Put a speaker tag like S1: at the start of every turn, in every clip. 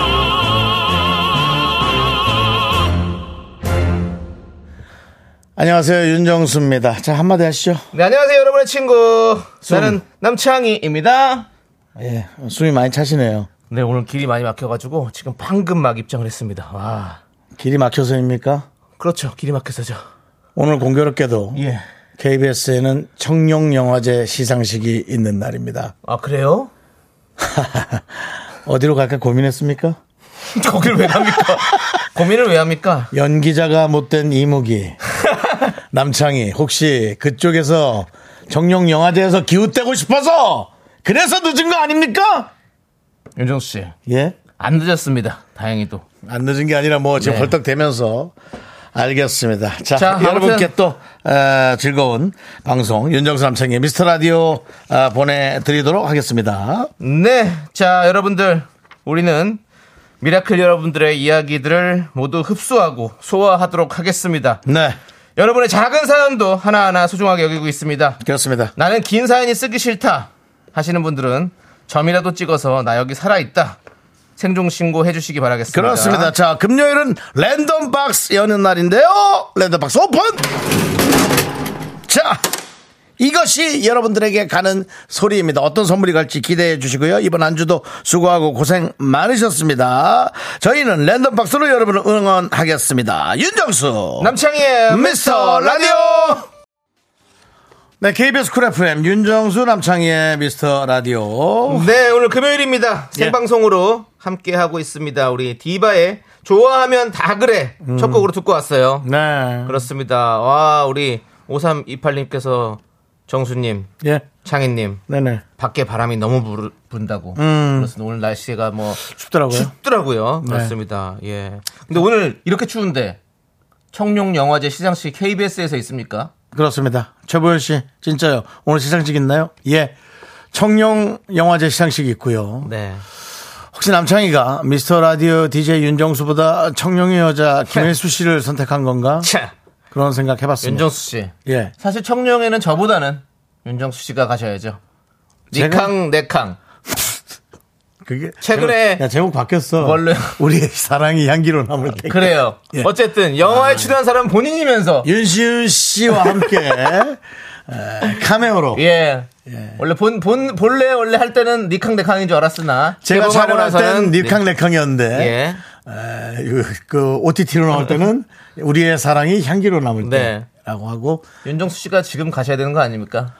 S1: 안녕하세요 윤정수입니다. 자 한마디 하시죠.
S2: 네, 안녕하세요, 여러분의 친구. 나는 남창희입니다.
S1: 예, 숨이 많이 차시네요.
S2: 네, 오늘 길이 많이 막혀가지고 지금 방금 막 입장을 했습니다. 와.
S1: 길이 막혀서입니까?
S2: 그렇죠. 길이 막혀서죠.
S1: 오늘 공교롭게도
S2: 예.
S1: KBS에는 청룡 영화제 시상식이 있는 날입니다.
S2: 아, 그래요?
S1: 어디로 갈까 고민했습니까?
S2: 거길 왜 합니까? 고민을 왜 합니까?
S1: 연기자가 못된 이무기, 남창희 혹시 그쪽에서 청룡 영화제에서 기웃대고 싶어서 그래서 늦은 거 아닙니까?
S2: 윤정수 씨.
S1: 예?
S2: 안 늦었습니다. 다행히도.
S1: 안 늦은 게 아니라 뭐 지금
S2: 네.
S1: 벌떡대면서 알겠습니다. 자,
S2: 자,
S1: 여러분께
S2: 아무튼-
S1: 또 어, 즐거운 방송 윤정수 남창의 미스터 라디오 어, 보내드리도록 하겠습니다.
S2: 네. 자, 여러분들. 우리는 미라클 여러분들의 이야기들을 모두 흡수하고 소화하도록 하겠습니다.
S1: 네,
S2: 여러분의 작은 사연도 하나하나 소중하게 여기고 있습니다.
S1: 그렇습니다.
S2: 나는 긴 사연이 쓰기 싫다 하시는 분들은 점이라도 찍어서 나 여기 살아있다 생존 신고 해주시기 바라겠습니다.
S1: 그렇습니다. 자, 금요일은 랜덤 박스 여는 날인데요. 랜덤 박스 오픈. 자, 이것이 여러분들에게 가는 소리입니다. 어떤 선물이 갈지 기대해 주시고요. 이번 한 주도 수고하고 고생 많으셨습니다. 저희는 랜덤 박스로 여러분을 응원하겠습니다. 윤정수.
S2: 남창희의
S1: 미스터
S2: 미스터
S1: 라디오.
S2: 라디오.
S1: 네, KBS 쿨 FM 윤정수 남창희의 미스터 라디오.
S2: 네 오늘 금요일입니다.
S1: 예.
S2: 생방송으로 함께 하고 있습니다. 우리 디바의 좋아하면 다 그래 첫 곡으로 듣고 왔어요.
S1: 네.
S2: 그렇습니다. 와 우리 5328님께서 정수님,
S1: 예.
S2: 창희님
S1: 네네.
S2: 밖에 바람이 너무 음. 부르- 분다고. 그래서 오늘 날씨가 뭐
S1: 춥더라고요. 네.
S2: 춥더라고요. 그렇습니다. 예. 근데 오늘 이렇게 추운데 청룡 영화제 시상식 KBS에서 있습니까?
S1: 그렇습니다. 최보현 씨, 진짜요. 오늘 시상식 있나요? 예. 청룡 영화제 시상식 있고요.
S2: 네.
S1: 혹시 남창희가 미스터 라디오 DJ 윤정수보다 청룡의 여자 김혜수 씨를 선택한 건가?
S2: 자,
S1: 그런 생각 해봤습니다.
S2: 윤정수 씨.
S1: 예.
S2: 사실 청룡에는 저보다는 윤정수 씨가 가셔야죠.
S1: 제가?
S2: 니캉 내캉.
S1: 그게
S2: 최근에-
S1: 제목, 야, 제목 바뀌었어.
S2: 원래-
S1: 우리의 사랑이 향기로 남을 때.
S2: 그래요.
S1: 예.
S2: 어쨌든 영화에 출연한 사람은 본인이면서
S1: 윤시윤 씨와 함께 에, 카메오로
S2: 예. 원래 본, 본, 본래 원래 할 때는 니캉 내캉인 줄 알았으나
S1: 제가
S2: 개봉하고
S1: 촬영할 때는
S2: 나서는 네.
S1: 닐캉레캉이었는데
S2: 예.
S1: 에, 그- 그 OTT로 나올 때는 우리의 사랑이 향기로 남을
S2: 네.
S1: 때라고 하고
S2: 윤정수 씨가 지금 가셔야 되는 거 아닙니까?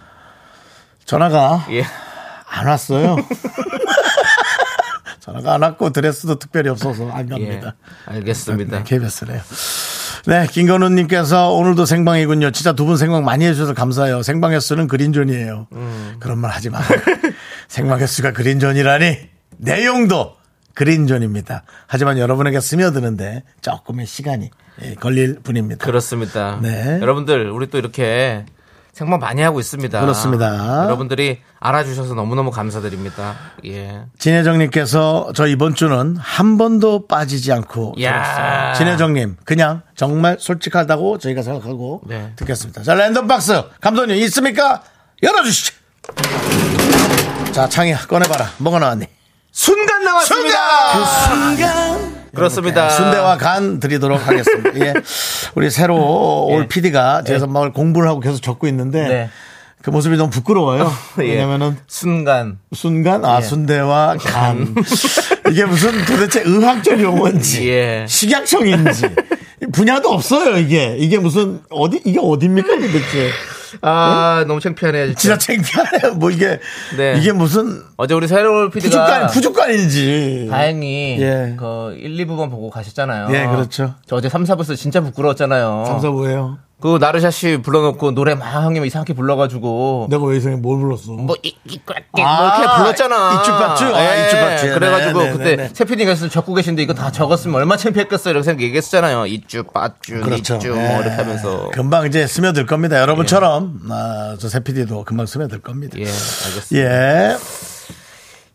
S1: 전화가
S2: 예.
S1: 안 왔어요. 전화가 안 왔고 드레스도 특별히 없어서 안
S2: 예.
S1: 갑니다.
S2: 알겠습니다.
S1: KBS래요. 네, 김건우님께서 오늘도 생방이군요. 진짜 두 분 생방 많이 해주셔서 감사해요. 생방 횟수는 그린존이에요.
S2: 음.
S1: 그런 말 하지 마. 생방 횟수가 그린존이라니 내용도 그린존입니다. 하지만 여러분에게 스며드는데 조금의 시간이 예, 걸릴 뿐입니다.
S2: 그렇습니다.
S1: 네.
S2: 여러분들 우리 또 이렇게 생방 많이 하고 있습니다.
S1: 그렇습니다.
S2: 여러분들이 알아주셔서 너무너무 감사드립니다. 예.
S1: 진혜정님께서 저 이번 주는 한 번도 빠지지 않고
S2: 야.
S1: 들었어요. 진혜정님 그냥 정말 솔직하다고 저희가 생각하고
S2: 네.
S1: 듣겠습니다. 자 랜덤 박스 감독님 있습니까? 열어주시죠. 자 창희야 꺼내봐라 뭐가 나왔니?
S2: 순간 나왔습니다. 그렇습니다.
S1: 네, 그 순대와 간 드리도록 하겠습니다. 예. 우리 새로 올 PD가 뒤에서 막 공부를 하고 계속 적고 있는데
S2: 예. 네.
S1: 그 모습이 너무 부끄러워요.
S2: 예.
S1: 왜냐면은
S2: 순간
S1: 순간
S2: 예.
S1: 아
S2: 음.
S1: 순대와 간 이게 무슨 도대체 의학적 용어인지
S2: 예.
S1: 식약청인지 분야도 없어요 이게 이게 무슨 어디 이게 어디입니까 도대체
S2: 아 너무 창피하네요. 진짜.
S1: 진짜 창피하네요 뭐 이게
S2: 네.
S1: 이게 무슨
S2: 어제 우리 새로운 PD가
S1: 부족간 부족간인지
S2: 다행히
S1: 예.
S2: 그 1, 2부만 보고 가셨잖아요.
S1: 예, 그렇죠.
S2: 저 어제 3, 4부에서 진짜 부끄러웠잖아요.
S1: 감사보예요
S2: 그 나르샤 씨 불러놓고 노래 막 형님 이상하게 불러가지고
S1: 내가 왜 이상해 뭘 불렀어
S2: 뭐 이, 이, 뭐 이렇게 불렀잖아. 예.
S1: 이쪽 봤죠? 아, 이쪽 봤죠? 그렇지. 네,
S2: 그래가지고
S1: 네,
S2: 그때
S1: 네, 네.
S2: 세피디가 있으면 적고 계신데 이거 다 적었으면 얼마 나 창피했겠어 이렇게 생각 얘기했잖아요. 이쭈 빠쭈 이쭈
S1: 예.
S2: 뭐 이렇게 하면서
S1: 금방 이제 스며들 겁니다. 여러분처럼 아, 저 세피디도 금방 스며들 겁니다.
S2: 예 알겠습니다.
S1: 예.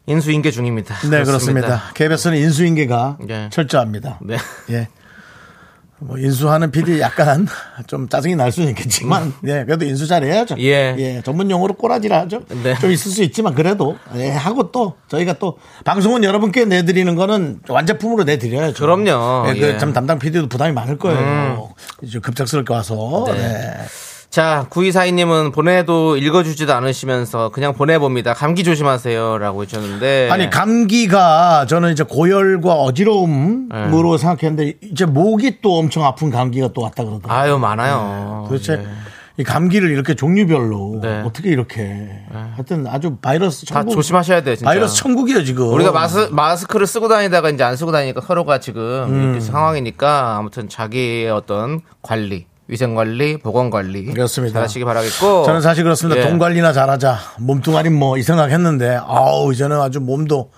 S2: 인수인계 중입니다.
S1: 네, 그렇습니다. KBS는 인수인계가
S2: 예.
S1: 철저합니다.
S2: 네.
S1: 예. 뭐 인수하는 PD 약간 좀 짜증이 날 수는 있겠지만, 예, 그래도 인수 잘해야죠.
S2: 예.
S1: 전문 용어로 꼬라지라 하죠.
S2: 네.
S1: 좀 있을 수 있지만 그래도 예, 하고 또 저희가 또 방송은 여러분께 내드리는 거는 완제품으로 내드려야죠.
S2: 그럼요.
S1: 예, 그
S2: 예.
S1: 참 담당 PD도 부담이 많을 거예요. 이제 급작스럽게 와서. 네.
S2: 자, 9242님은 보내도 읽어주지도 않으시면서 그냥 보내봅니다. 감기 조심하세요. 라고 해주셨는데.
S1: 아니 그 감기가 저는 이제 고열과 어지러움으로
S2: 예.
S1: 생각했는데 이제 목이 또 엄청 아픈 감기가 또 왔다 그러더라고요.
S2: 아유, 많아요.
S1: 도대체
S2: 예.
S1: 이 감기를 이렇게 종류별로
S2: 네. 예.
S1: 어떻게 이렇게 하여튼 아주 바이러스
S2: 다
S1: 천국
S2: 조심하셔야 돼요, 진짜.
S1: 바이러스 천국이에요 지금
S2: 우리가 마스, 마스크를 쓰고 다니다가 이제 안 쓰고 다니니까 서로가 지금
S1: 음.
S2: 이렇게 상황이니까 아무튼 자기의 어떤 관리, 위생관리, 보건관리.
S1: 그렇습니다.
S2: 잘하시기 바라겠고.
S1: 저는 사실 그렇습니다
S2: 예.
S1: 돈 관리나 잘하자 몸뚱아리 뭐 이 생각했는데 아우 이제는 아주 몸도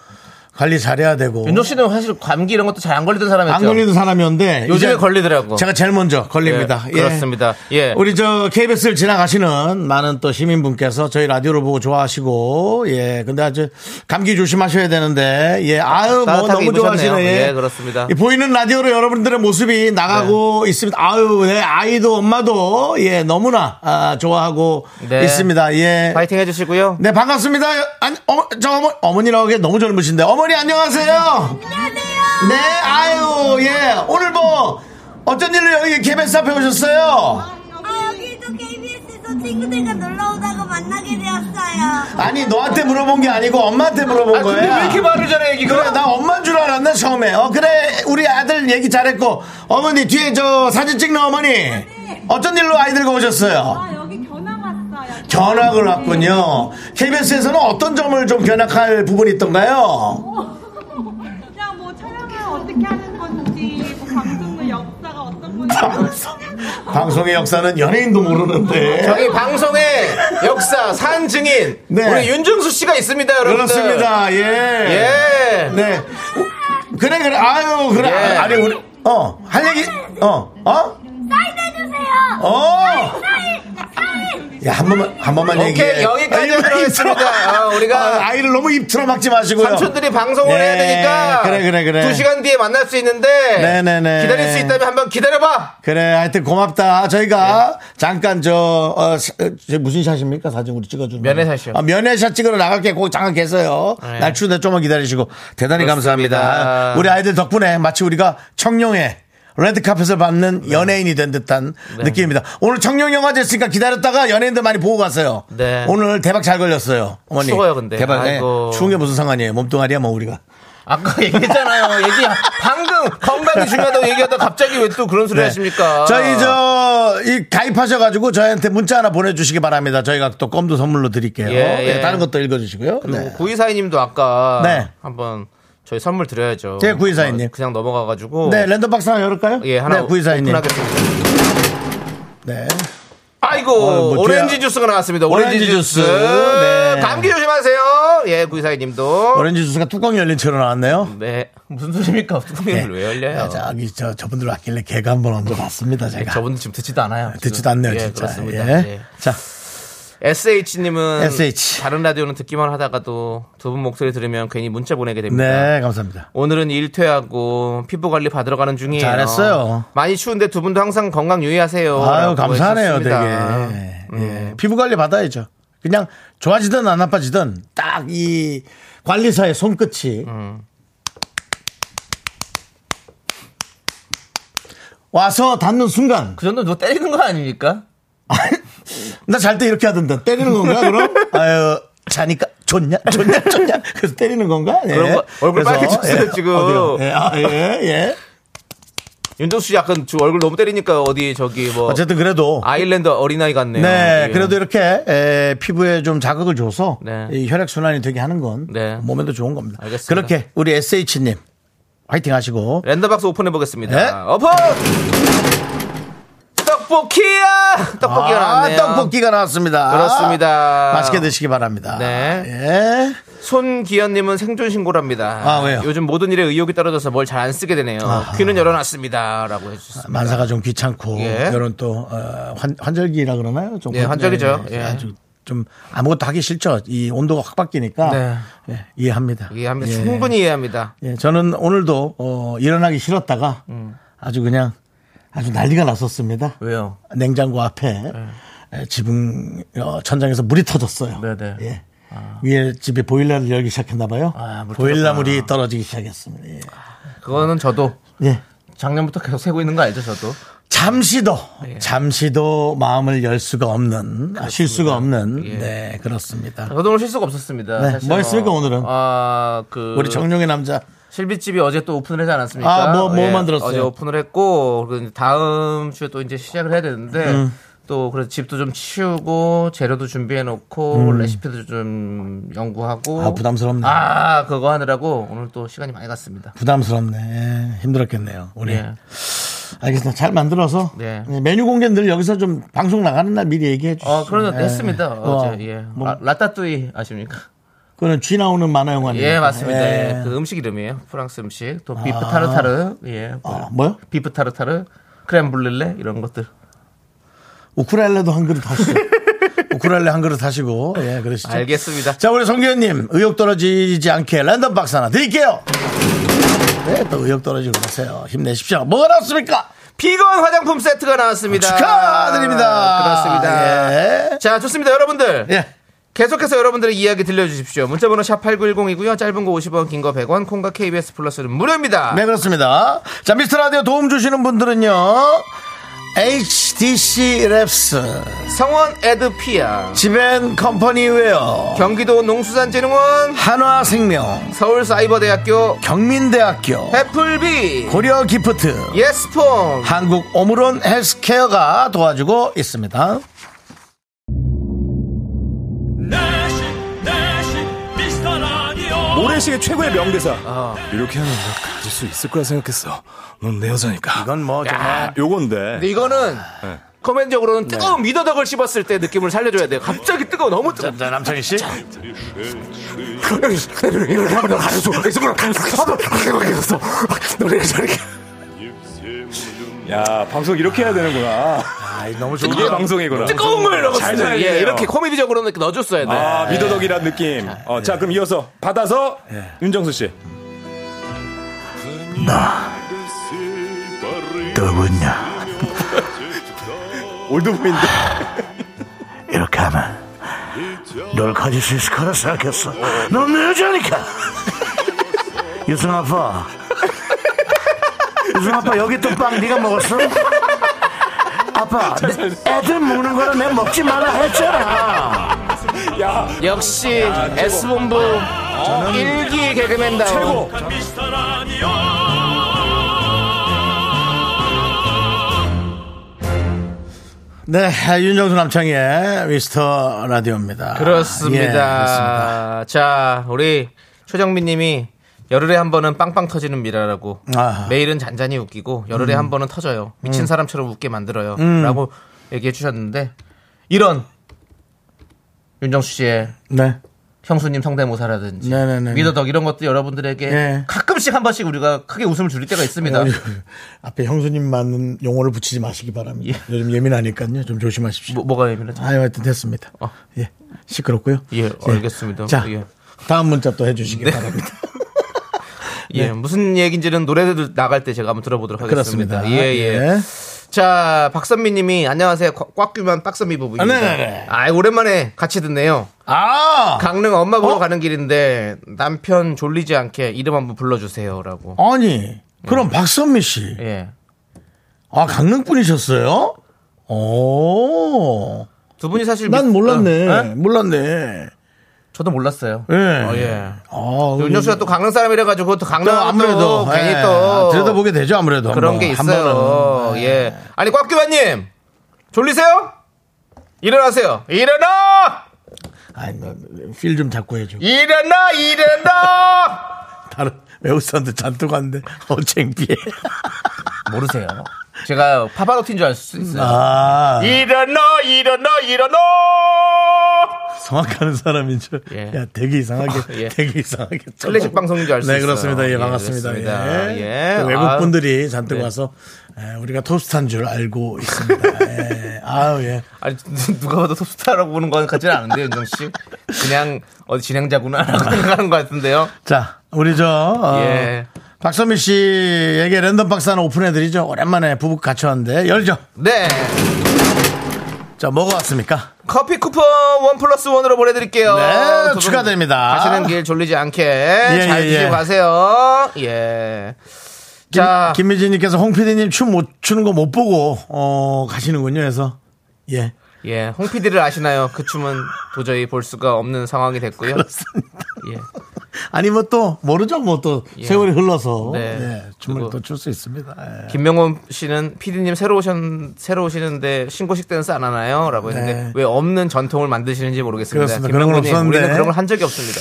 S1: 관리 잘해야 되고
S2: 윤종 씨는 사실 감기 이런 것도 잘 안 걸리던 사람이었죠.
S1: 안 걸리는 사람이었는데
S2: 요즘에
S1: 이제
S2: 걸리더라고.
S1: 제가 제일 먼저 걸립니다.
S2: 예, 그렇습니다. 예.
S1: 우리 저 KBS를 지나가시는 많은 또 시민분께서 저희 라디오를 보고 좋아하시고 예. 근데 아주 감기 조심하셔야 되는데 예. 아유 뭐 너무
S2: 따뜻하게 입으셨네요.
S1: 좋아하시네.
S2: 예, 그렇습니다.
S1: 이
S2: 네.
S1: 보이는 라디오로 여러분들의 모습이 나가고 있습니다. 아유 내 아이도 엄마도 예 너무나 아, 좋아하고
S2: 네.
S1: 있습니다. 예.
S2: 파이팅 해주시고요.
S1: 네 반갑습니다. 아니 어머 저 어머 어머니라고 하기엔 너무 젊으신데 어머니 안녕하세요. 네, 아유, 예. 오늘 뭐, 어쩐 일로 여기 KBS 앞에 오셨어요?
S3: 아 여기도 KBS에서 친구들과 놀러 오다가 만나게 되었어요.
S1: 아니, 너한테 물어본 게 아니고 엄마한테 물어본 거야.
S2: 말을 잘해, 얘기가?
S1: 그래, 나 엄마인 줄 알았네, 처음에. 어, 그래, 우리 아들 얘기 잘했고. 어머니, 뒤에 저 사진 찍는 어머니. 어쩐 일로 아이들과 오셨어요?
S3: 아 여기 견학 왔어요. 네.
S1: 견학을 왔군요. KBS에서는 어떤 점을 좀 견학할 부분이 있던가요?
S3: 어, 그냥 뭐 촬영을 어떻게 하는 건지, 뭐 방송의 역사가 어떤 건지.
S1: 방송의 역사는 연예인도 모르는데.
S2: 저희 방송의 역사 산 증인
S1: 네.
S2: 우리 윤정수 씨가 있습니다, 여러분들.
S1: 그렇습니다. 예.
S2: 예.
S1: 네. 그래 그래. 아유 그래.
S2: 예.
S1: 아, 아니 우리 어 할 얘기 어 어.
S3: 사인 해주세요!
S1: 어.
S3: 사인! 사인!
S1: 야, 한 번만, 한 번만
S2: 오케이,
S1: 얘기해.
S2: 여기까지 들어겠습니다 어, 우리가
S1: 아, 이를 너무 입틀어 막지 마시고요.
S2: 삼촌들이 방송을
S1: 예,
S2: 해야 되니까
S1: 그래, 그래, 그래.
S2: 두 시간 뒤에 만날 수 있는데
S1: 네네네.
S2: 기다릴 수 있다면 한번 기다려봐.
S1: 그래, 하여튼 고맙다. 저희가 잠깐 저, 어, 사- 어, 저 무슨 샷입니까? 사진 우리 찍어주는.
S2: 면회샷이요.
S1: 아, 면회샷 찍으러 나갈게. 꼭 잠깐 계세요.
S2: 네.
S1: 날 추운데 좀만 기다리시고. 대단히
S2: 그렇습니다.
S1: 감사합니다. 우리 아이들 덕분에 마치 우리가 청룡에 레드카펫을 받는
S2: 네.
S1: 연예인이 된 듯한 느낌입니다. 오늘 청룡영화제 있으니까 기다렸다가 연예인들 많이 보고 갔어요.
S2: 네.
S1: 오늘 대박 잘 걸렸어요. 어머니.
S2: 추워요, 근데.
S1: 대박. 예.
S2: 아이고.
S1: 추운 게 무슨 상관이에요. 몸뚱아리야, 뭐 우리가.
S2: 아까 얘기했잖아요. 얘기 방금 건강이 중요하다고 얘기하다 갑자기 왜 또 그런 소리
S1: 네.
S2: 하십니까?
S1: 저희 저 이 가입하셔가지고 저희한테 문자 하나 보내주시기 바랍니다. 저희가 또 껌도 선물로 드릴게요.
S2: 예, 예.
S1: 예, 다른 것도 읽어주시고요. 네.
S2: 음, 구이사이님도 아까
S1: 네.
S2: 한번 저희 선물 드려야죠.
S1: 네, 구이사이님.
S2: 그냥 넘어가가지고
S1: 네, 랜덤 박스 하나 열을까요?
S2: 예 하나
S1: 네, 구이사님.
S2: 오픈하겠습니다.
S1: 네.
S2: 아이고
S1: 어, 뭐
S2: 오렌지
S1: 뒤에-
S2: 주스가 나왔습니다.
S1: 오렌지
S2: 오렌지, 주스.
S1: 주스. 네.
S2: 감기 조심하세요. 예 구이사이님도.
S1: 오렌지 주스가 뚜껑이 열린 채로 나왔네요.
S2: 네 무슨 소리입니까? 뚜껑을 왜 열려요?
S1: 네, 저기 저 저분들 왔길래 개가 한번 얹어봤습니다. 제가
S2: 저분은 지금 듣지도 않아요.
S1: 듣지도 않네요,
S2: 예,
S1: 진짜.
S2: 그렇습니다.
S1: 예.
S2: 예.
S1: 자,
S2: SH님은
S1: SH.
S2: 다른 라디오는 듣기만 하다가도 두 분 목소리 들으면 괜히 문자 보내게 됩니다.
S1: 네, 감사합니다.
S2: 오늘은 일 퇴하고 피부 관리 받으러 가는 중이에요.
S1: 잘했어요.
S2: 많이 추운데 두 분도 항상 건강 유의하세요.
S1: 아유,
S2: 라고
S1: 감사하네요, 되게.
S2: 해주셨습니다.
S1: 예, 피부 관리 받아야죠. 그냥 좋아지든 안 나빠지든 딱 이 관리사의 손끝이 와서 닿는 순간
S2: 그 정도 누가 때리는 거 아닙니까?
S1: 나 잘 때 이렇게 하던데 때리는 건가 그럼? 아유 자니까 좋냐 좋냐 좋냐 그래서 때리는 건가? 예.
S2: 그런 거- 얼굴
S1: 그래서,
S2: 빨개졌어요, 지금.
S1: 어디요? 예, 아, 예, 예.
S2: 윤정수 씨 약간 지금 얼굴 너무 때리니까 어디 저기 뭐
S1: 어쨌든 그래도
S2: 아일랜드 어린아이 같네요.
S1: 네,
S2: 예.
S1: 그래도 이렇게 에, 피부에 좀 자극을 줘서
S2: 네.
S1: 이 혈액 순환이 되게 하는 건
S2: 네.
S1: 몸에도 좋은 겁니다.
S2: 알겠습니다.
S1: 그렇게 우리 SH님 화이팅 하시고
S2: 랜덤박스 오픈해 보겠습니다.
S1: 네.
S2: 오픈! 떡! 떡볶이야! 떡볶이가
S1: 아,
S2: 나왔네요.
S1: 떡볶이가 나왔습니다.
S2: 그렇습니다.
S1: 맛있게 드시기 바랍니다.
S2: 네.
S1: 예.
S2: 손기현님은 생존 신고랍니다.
S1: 아, 왜요?
S2: 요즘 모든 일에 의욕이 떨어져서 뭘 잘 안 쓰게 되네요. 귀는 열어놨습니다라고 해주셨습니다.
S1: 만사가 좀 귀찮고
S2: 예.
S1: 이런 또 어, 환, 환절기라 그러나요? 좀
S2: 예, 환절기죠. 예.
S1: 아주 좀 아무것도 하기 싫죠. 이 온도가 확 바뀌니까
S2: 네.
S1: 예, 이해합니다.
S2: 이해합니다.
S1: 예.
S2: 충분히 이해합니다.
S1: 예, 저는 오늘도 어, 일어나기 싫었다가
S2: 음.
S1: 아주 그냥 아주 난리가 났었습니다.
S2: 왜요?
S1: 냉장고 앞에
S2: 네.
S1: 예, 지붕 어, 천장에서 물이 터졌어요.
S2: 네네.
S1: 예. 위에 집에 보일러를 열기 시작했나 봐요.
S2: 아, 물
S1: 보일러 물이 떨어지기 시작했습니다. 예.
S2: 그거는 저도
S1: 예.
S2: 작년부터 계속 세고 있는 거 알죠, 저도?
S1: 잠시도
S2: 예.
S1: 잠시도 마음을 열 수가 없는 아, 쉴 수가 없는
S2: 예.
S1: 네 그렇습니다.
S2: 저도 오늘 실수가 없었습니다.
S1: 네,
S2: 사실
S1: 뭐 했습니까, 오늘은?
S2: 아, 그
S1: 우리 정룡의 남자
S2: 실비집이 어제 또 오픈을 하지 않았습니까? 예,
S1: 아, 뭐, 뭐 만들었어요?
S2: 어제 오픈을 했고 그리고 이제 다음 주에 또 이제 시작을 해야 되는데
S1: 음.
S2: 또 그래서 집도 좀 치우고 재료도 준비해 놓고 레시피도 좀 연구하고
S1: 음. 아, 부담스럽네.
S2: 아, 그거 하느라고 오늘 또 시간이 많이 갔습니다.
S1: 부담스럽네 예, 힘들었겠네요. 우리
S2: 예.
S1: 알겠습니다. 잘 만들어서
S2: 네.
S1: 예, 메뉴 공개는 늘 여기서 좀 방송 나가는 날 미리 얘기해 주시죠.
S2: 어, 그런 거
S1: 예.
S2: 했습니다.
S1: 어,
S2: 어제 예.
S1: 뭐,
S2: 라, 따뚜이 아십니까?
S1: 그거는 쥐 나오는 만화 영화 아닙니까?
S2: 예, 맞습니다.
S1: 예.
S2: 예. 그 음식 이름이에요. 프랑스 음식. 또 비프 타르타르. 예.
S1: 아, 뭐요? 아,
S2: 비프 타르타르, 크렘 블릴레 이런 것들.
S1: 우크라일라도 한 그릇 하시죠. 우크라일라 한 그릇 하시고 예 그러시죠.
S2: 알겠습니다.
S1: 자, 우리 성규현님 의욕 떨어지지 않게 랜덤 박스 하나 드릴게요. 네, 또 의욕 떨어지고 마세요. 힘내십시오. 뭐가 나왔습니까?
S2: 비건 화장품 세트가 나왔습니다.
S1: 축하드립니다.
S2: 그렇습니다.
S1: 예.
S2: 자, 좋습니다, 여러분들.
S1: 예.
S2: 계속해서 여러분들의 이야기 들려주십시오. 문자번호 샵 8910이고요. 짧은 거 50원, 긴 거 100원, 콩과 KBS 플러스는 무료입니다.
S1: 네, 그렇습니다. 자, 미스터 라디오 도움 주시는 분들은요. HDC 랩스,
S2: 성원 에드피아,
S1: 지벤 컴퍼니 웨어,
S2: 경기도 농수산진흥원,
S1: 한화생명,
S2: 서울사이버대학교,
S1: 경민대학교,
S2: 해플비,
S1: 고려 기프트,
S2: 예스폼,
S1: 한국 오므론 헬스케어가 도와주고 있습니다.
S4: 내시 내시 미스터 라디오
S5: 모래시계 최고의 명대사. 이렇게 하면 너 가질 수 있을 거라 생각했어. 넌 내 여자니까.
S1: 이건 뭐 정말
S5: 요건데.
S2: 근데 이거는
S1: 네.
S2: 코멘적으로는 뜨거운 미더덕을 씹었을 때 느낌을 살려줘야 돼요. 갑자기 뜨거워, 너무 뜨거워.
S1: 자, 남창희 씨.
S5: 야, 방송 이렇게 해야 되는구나.
S1: 아, 너무 좋은
S5: 이게 방송이구나.
S2: 뜨거운 걸
S5: 잘
S2: 넣었어요.
S5: 살리네요.
S2: 예, 이렇게 코미디적으로 이렇게 넣어줬어야 돼.
S5: 아, 미더덕이란 느낌. 어, 자, 네. 그럼 이어서 받아서 윤정수 씨.
S1: 누구냐?
S5: 올드보인데.
S1: 이렇게 하면 널 가질 수 있을 거라 생각했어. 넌 내 여자니까. 유승 아빠. 유승 아빠 여기 또 빵 네가 먹었어? 아빠 내 애들 먹는 거라 내가 먹지 말라 했잖아.
S2: 역시 S본부 일기 개그맨다. 최고.
S4: 미스터 라디오
S1: 네, 윤정수 남창희의 미스터 라디오입니다. 예,
S2: 그렇습니다. 자, 우리 최정민 님이 열흘에 한 번은 빵빵 터지는 미라라고
S1: 아.
S2: 매일은 잔잔히 웃기고 열흘에 한 번은 터져요. 미친 사람처럼 웃게 만들어요. 라고 얘기해 주셨는데 이런 윤정수 씨의
S1: 네.
S2: 형수님 성대모사라든지
S1: 네네네.
S2: 미더덕 이런 것도 여러분들에게
S1: 네.
S2: 가끔씩 한 번씩 우리가 크게 웃음을 줄일 때가 있습니다.
S1: 그 앞에 형수님 맞는 용어를 붙이지 마시기 바랍니다. 요즘 예민하니까요. 좀 조심하십시오.
S2: 예. 뭐, 뭐가 예민하죠?
S1: 아유, 하여튼 됐습니다.
S2: 어.
S1: 예. 시끄럽고요.
S2: 예, 알겠습니다.
S1: 자,
S2: 예. 네.
S1: 다음 문자 또 해주시기 바랍니다.
S2: 예,
S1: 네.
S2: 무슨 얘기인지는 노래들 나갈 때 제가 한번 들어보도록 하겠습니다.
S1: 그렇습니다.
S2: 예, 예.
S1: 예.
S2: 자, 박선미 님이 안녕하세요. 꽉- 꽉규만 박선미 부부입니다.
S1: 아, 네네네.
S2: 아이, 오랜만에 같이 듣네요.
S1: 아!
S2: 강릉 엄마 보러
S1: 어?
S2: 가는 길인데 남편 졸리지 않게 이름 한번 불러주세요라고.
S1: 어? 아니, 그럼
S2: 네.
S1: 박선미 씨.
S2: 예.
S1: 아, 강릉 분이셨어요? 오.
S2: 두 분이 사실
S1: 난
S2: 미-
S1: 몰랐네.
S2: 어, 예?
S1: 몰랐네.
S2: 저도 몰랐어요.
S1: 예.
S2: 어, 예.
S1: 아,
S2: 윤정 씨가 또 강릉 사람이라 가지고 또 강릉 아무래도 괜히
S1: 어, 예.
S2: 어, 또
S1: 들여다보게 되죠, 아무래도.
S2: 그런
S1: 한번,
S2: 게
S1: 한
S2: 있어요.
S1: 번은. 네.
S2: 예. 아니 꽉규만님 졸리세요? 일어나세요. 일어나!
S1: 아니, 뭐, 필좀 잡고 해줘.
S2: 일어나 일어나!
S1: 다른 외국 사람들 잔뜩 왔는데, 어, 창피해.
S2: 모르세요. 제가 파바로티인 줄 알 수 있어요.
S1: 아,
S2: 예. 일어나 일어나 일어나
S1: 성악하는 사람인 줄.
S2: 예.
S1: 야, 되게 이상하게,
S2: 예.
S1: 되게 이상하게.
S2: 클래식 방송인 줄 알수
S1: 네,
S2: 있어요.
S1: 그렇습니다. 예,
S2: 예,
S1: 반갑습니다.
S2: 그렇습니다.
S1: 예.
S2: 예.
S1: 그 외국
S2: 아유.
S1: 분들이 잔뜩
S2: 네.
S1: 와서 예, 우리가 톱스타인 줄 알고 있습니다. 예. 아유, 예.
S2: 아니 누가 봐도 톱스타라고 보는 것 같지는 않은데 윤정 씨 그냥 어디 진행자구나라고 생각하는 것 같은데요.
S1: 자, 우리 저, 어,
S2: 예.
S1: 박선미 씨에게 랜덤 박스 하나 오픈해드리죠. 오랜만에 부부 같이 왔는데, 열죠.
S2: 네
S1: 자, 뭐가 왔습니까?
S2: 커피 쿠폰 원 플러스 원으로 보내드릴게요.
S1: 네,
S2: 두분
S1: 축하드립니다.
S2: 가시는 길 졸리지 않게 잘
S1: 예,
S2: 드시고
S1: 예.
S2: 가세요. 예.
S1: 김-
S2: 자,
S1: 김미진님께서 홍 PD님 춤 못 추는 거 못 보고 어 가시는군요. 해서 예
S2: 예, 홍 PD를 아시나요? 그 춤은 도저히 볼 수가 없는 상황이 됐고요.
S1: 그렇습니다.
S2: 예.
S1: 아니 뭐 또 모르죠. 뭐 또
S2: 예.
S1: 세월이 흘러서
S2: 네.
S1: 예, 춤을
S2: 그리고-
S1: 또 출 수 있습니다. 예.
S2: 김명원 씨는 PD님 새로 오셨 새로 오시는데 신고식 때는 안 하나요?라고 했는데
S1: 네.
S2: 왜 없는 전통을 만드시는지 모르겠습니다.
S1: 그렇습니다. 그런 건
S2: 김명곤님,
S1: 없었는데.
S2: 우리는 그런 걸 한 적이 없습니다.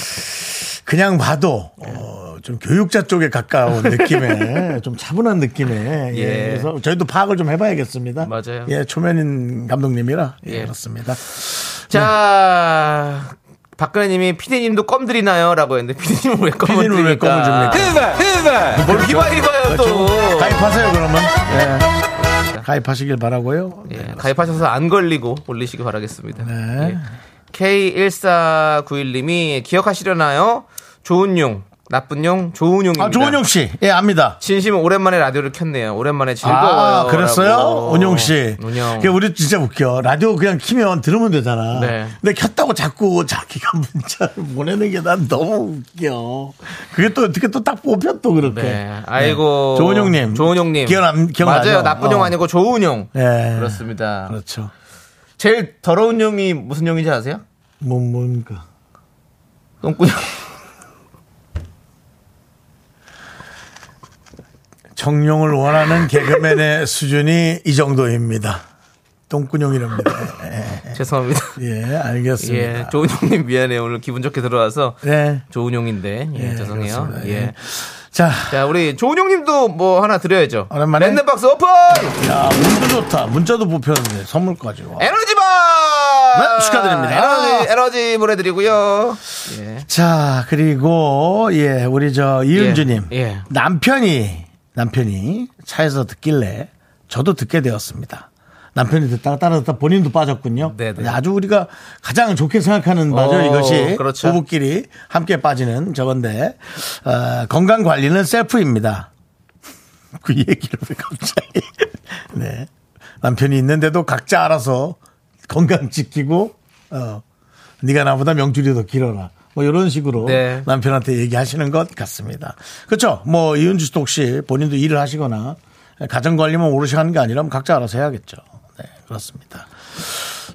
S1: 그냥 봐도 어, 좀 교육자 쪽에 가까운 느낌의 좀 차분한 느낌의 예.
S2: 예.
S1: 그래서 저희도 파악을 좀 해봐야겠습니다.
S2: 맞아요.
S1: 예 초면인 감독님이라 예,
S2: 예.
S1: 그렇습니다.
S2: 자, 박근혜님이 PD님도 껌 드리나요?라고 했는데 PD님은 왜 껌을
S1: PD님은 왜 껌을
S2: 드립니까?
S1: 줍니까?
S2: 뭘 휘발이 봐요 또.
S1: 아,
S2: 네.
S1: 가입하세요 그러면 예. 가입하시길 바라고요.
S2: 예, 가입하셔서 안 걸리고 올리시기 바라겠습니다.
S1: 네.
S2: 예. K1491님이 기억하시려나요? 좋은 용, 나쁜 용, 좋은 용입니다.
S1: 아 조은영 씨, 예 압니다.
S2: 진심 오랜만에 라디오를 켰네요. 오랜만에
S1: 아,
S2: 즐거워요.
S1: 그랬어요?
S2: 라고.
S1: 은용 씨.
S2: 은용.
S1: 그 우리 진짜 웃겨. 라디오 그냥 키면 들으면 되잖아.
S2: 네.
S1: 근데 켰다고 자꾸 자기가 문자를 보내는 게 난 너무 웃겨. 그게 또 어떻게 또 딱 뽑혀 또 그렇게.
S2: 네. 아이고.
S1: 네. 조은용님.
S2: 조은용님.
S1: 기억남- 기억나죠?
S2: 맞아요. 나쁜 용
S1: 어.
S2: 아니고 좋은 용.
S1: 예.
S2: 그렇습니다.
S1: 그렇죠.
S2: 제일 더러운 용이 무슨 용인지 아세요?
S1: 뭐, 뭔가.
S2: 똥꾸용.
S1: 정용을 원하는 개그맨의 수준이 이 정도입니다. 똥꾸녕이랍니다.
S2: 죄송합니다.
S1: 예, 알겠습니다.
S2: 예. 좋은 용님 미안해요. 오늘 기분 좋게 들어와서.
S1: 네.
S2: 좋은 용인데. 예,
S1: 예,
S2: 죄송해요.
S1: 그렇습니다.
S2: 예.
S1: 예. 자,
S2: 자, 우리 좋은 용님도 뭐 하나 드려야죠.
S1: 오랜만에.
S2: 랜덤 박스 오픈!
S1: 야, 문도 좋다. 문자도 뽑혔는데 선물까지 와.
S2: 에너지바!
S1: 네, 축하드립니다.
S2: 에너지, 에너지 보내드리고요. 예.
S1: 자, 그리고 예, 우리 저 이은주 님.
S2: 예, 예.
S1: 남편이 남편이 차에서 듣길래 저도 듣게 되었습니다. 남편이 듣다가 따라 듣다 본인도 빠졌군요.
S2: 네네.
S1: 근데 아주 우리가 가장 좋게 생각하는 바죠.
S2: 어,
S1: 이것이
S2: 그렇죠.
S1: 부부끼리 함께 빠지는 저건데 어, 건강 관리는 셀프입니다. 그 얘기를 왜 갑자기? 네. 남편이 있는데도 각자 알아서 건강 지키고 어 네가 나보다 명줄이 더 길어라. 뭐 이런 식으로
S2: 네.
S1: 남편한테 얘기하시는 것 같습니다. 그렇죠. 뭐 이은주 씨도 혹시 본인도 일을 하시거나 가정 관리만 오롯이 하는 게 아니라면 각자 알아서 해야겠죠. 네, 그렇습니다.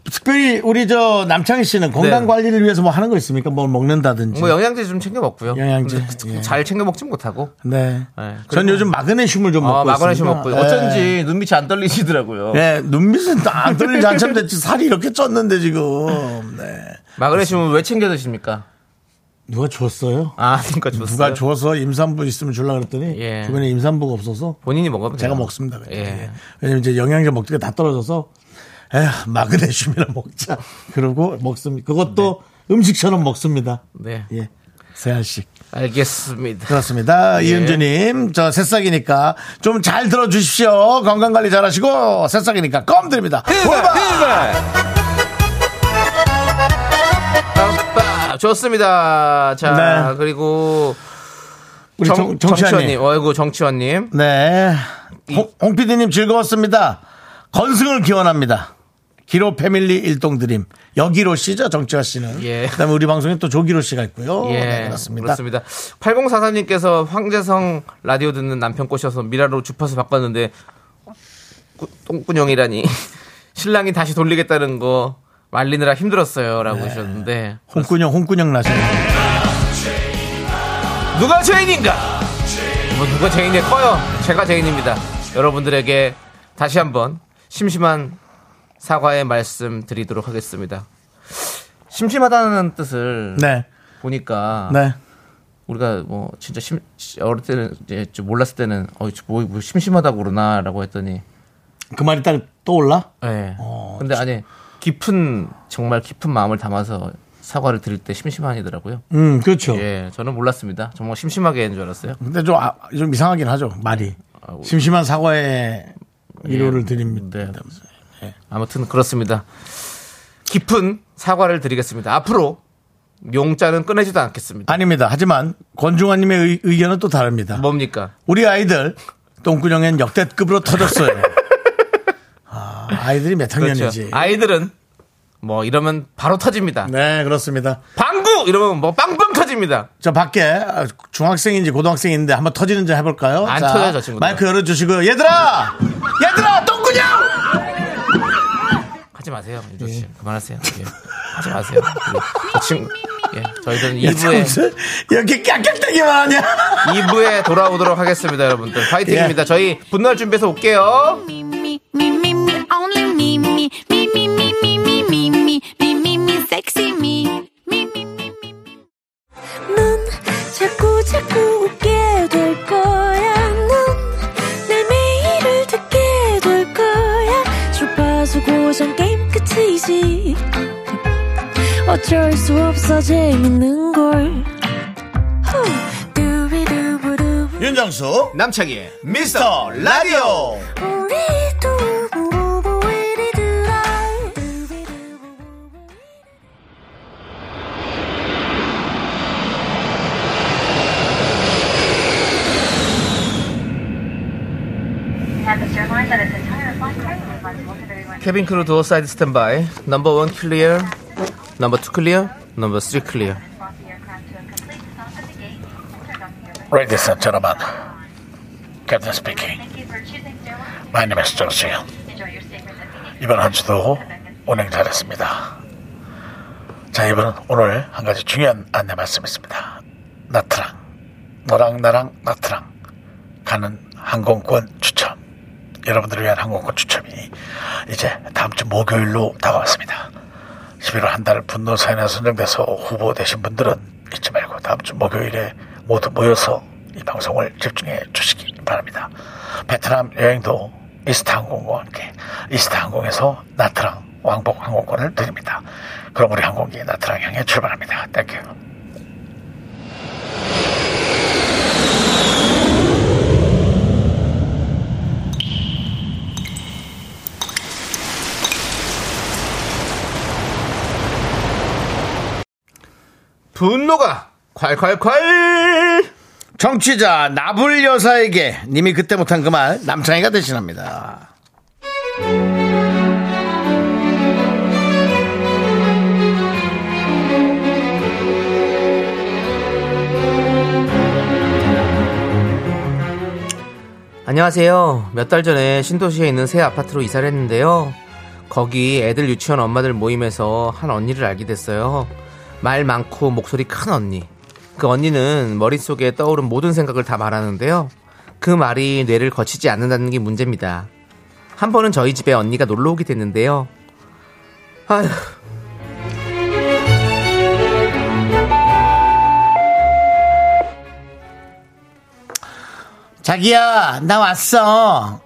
S1: 특별히 우리 저 남창희 씨는 건강
S2: 네.
S1: 관리를 위해서 뭐 하는 거 있습니까? 뭘 먹는다든지.
S2: 뭐 영양제 좀 챙겨 먹고요.
S1: 네. 영양제,
S2: 근데
S1: 예.
S2: 잘 챙겨 먹진 못하고.
S1: 네.
S2: 네,
S1: 전
S2: 그리고-
S1: 요즘 마그네슘을 좀 먹고
S2: 아, 마그네슘
S1: 있습니다.
S2: 먹고
S1: 네.
S2: 어쩐지 눈빛이 안 떨리시더라고요.
S1: 네, 눈빛은 안 떨리지 않참 됐지. 살이 이렇게 쪘는데 지금. 네.
S2: 마그네슘은 왜 챙겨 드십니까?
S1: 누가 줬어요?
S2: 아, 그러니까 줬어요.
S1: 누가 줘서 임산부 있으면 주려고 그랬더니
S2: 예.
S1: 주변에 임산부가 없어서
S2: 본인이 먹으면
S1: 제가
S2: 돼요.
S1: 먹습니다. 그냥. 예.
S2: 예.
S1: 왜냐면 이제 영양제 먹기가 다 떨어져서 에휴, 마그네슘이나 먹자. 그러고 먹습니다. 그것도 음식처럼 먹습니다.
S2: 네.
S1: 예. 세알씩.
S2: 알겠습니다.
S1: 그렇습니다. 이은주님, 저 새싹이니까 좀 잘 들어주십시오. 건강관리 잘하시고, 새싹이니까 껌 드립니다.
S2: 아빠, 좋습니다. 자,
S1: 네.
S2: 그리고
S1: 우리 정, 정치환님.
S2: 정치원님, 어이구 정치원님.
S1: 네. 홍, 홍 PD님 즐거웠습니다. 건승을 기원합니다. 기로 패밀리 일동 드림. 여기로 씨죠, 정치화 씨는.
S2: 예.
S1: 그 다음에 우리 방송에 또 조기로 씨가 있고요.
S2: 예,
S1: 네, 그렇습니다.
S2: 8044님께서 황재성 라디오 듣는 남편 꼬셔서 미라로 주파수 바꿨는데 꾸- 똥꾸녕이라니 신랑이 다시 돌리겠다는 거 말리느라 힘들었어요라고
S1: 네.
S2: 하셨는데
S1: 홍군영, 홍군영 나시네.
S2: 누가 죄인인가? 뭐 누가 죄인이 커요? 제가 죄인입니다. 여러분들에게 다시 한번 심심한 사과의 말씀 드리도록 하겠습니다. 심심하다는 뜻을
S1: 네.
S2: 보니까
S1: 네.
S2: 우리가 뭐 진짜 심 어릴 때는 이제 좀 몰랐을 때는 어뭐 뭐 심심하다고 그러나라고 뭐 했더니
S1: 그 말이 딱 떠올라?
S2: 네.
S1: 어,
S2: 근데 아니 깊은 정말 깊은 마음을 담아서 사과를 드릴 때 심심하니더라고요.
S1: 음, 그렇죠.
S2: 예, 저는 몰랐습니다. 정말 심심하게 한 줄 알았어요.
S1: 근데 좀, 아- 좀 이상하긴 하죠. 말이. 심심한 사과의 위로를 드립니다.
S2: 네. 아무튼 그렇습니다. 깊은 사과를 드리겠습니다. 앞으로 용자는 꺼내지도 않겠습니다.
S1: 아닙니다. 하지만 권중환님의 의- 의견은 또 다릅니다.
S2: 뭡니까?
S1: 우리 아이들 똥구녕엔 역대급으로 터졌어요. 아, 아이들이 몇
S2: 그렇죠.
S1: 학년이지?
S2: 아이들은 뭐 이러면 바로 터집니다.
S1: 네, 그렇습니다.
S2: 방구 이러면 뭐 빵빵 터집니다.
S1: 저 밖에 아, 중학생인지 고등학생인데 한번 터지는 지 해볼까요?
S2: 안 터져요, 저 친구들.
S1: 마이크 열어주시고요. 얘들아! 얘들아! 똥구녕!
S2: 하지 마세요, 민주 씨. 그만하세요. 예. 하지 마세요. 예. 저 친구, 예. 저희들은 2부에
S1: 무슨 이렇게 깍깍대기만 하냐?
S2: 2부에 돌아오도록 하겠습니다, 여러분들.
S1: 예.
S2: 파이팅입니다. 저희 분노할 준비해서 올게요.
S6: me, me, me, me, me, only me, me, me, me, me, me, me, me, me, me, me, me, sexy me. me, me, me, me, me. 넌 자꾸 자꾸 웃게 될 거야. 넌내 매일을 듣게 될 거야. 주파수 고정 게임 끝이지. 어쩔 수 없어 재밌는 걸. 후. 두비두부두.
S1: 윤정수,
S2: 남창희의
S1: 미스터 라디오!
S6: 우리 두부부부 우리들아. 두비두부부부.
S2: 케빈 크루 도어 사이드 스탠바이 넘버 원 클리어 넘버 투 클리어 넘버 쓰리 클리어
S7: Radio Sancharabat. Captain speaking. My name is John Seal. 이번 한 주도 운행 잘했습니다. 자, 이번은 오늘 한 가지 중요한 안내 말씀이 있습니다. 나트랑, 너랑 나랑 나트랑 가는 항공권 추첨. 여러분들을 위한 항공권 추첨이 이제 다음 주 목요일로 다가왔습니다. 11월 한 달 분노 사연에 선정돼서 후보되신 분들은 잊지 말고 다음 주 목요일에 모두 모여서 이 방송을 집중해 주시기 바랍니다. 베트남 여행도 이스타항공과 함께 이스타항공에서 나트랑 왕복 항공권을 드립니다. 그럼 우리 항공기 나트랑 향해 출발합니다. 땡큐.
S2: 분노가 콸콸콸
S1: 정취자 나불 여사에게 님이 그때 못한 그 말 남창희가 대신합니다.
S2: 안녕하세요 몇 달 전에 신도시에 있는 새 아파트로 이사를 했는데요 거기 애들 유치원 엄마들 모임에서 한 언니를 알게 됐어요 말 많고 목소리 큰 언니 그 언니는 머릿속에 떠오른 모든 생각을 다 말하는데요 그 말이 뇌를 거치지 않는다는 게 문제입니다 한 번은 저희 집에 언니가 놀러 오게 됐는데요 아휴
S1: 자기야, 나 왔어.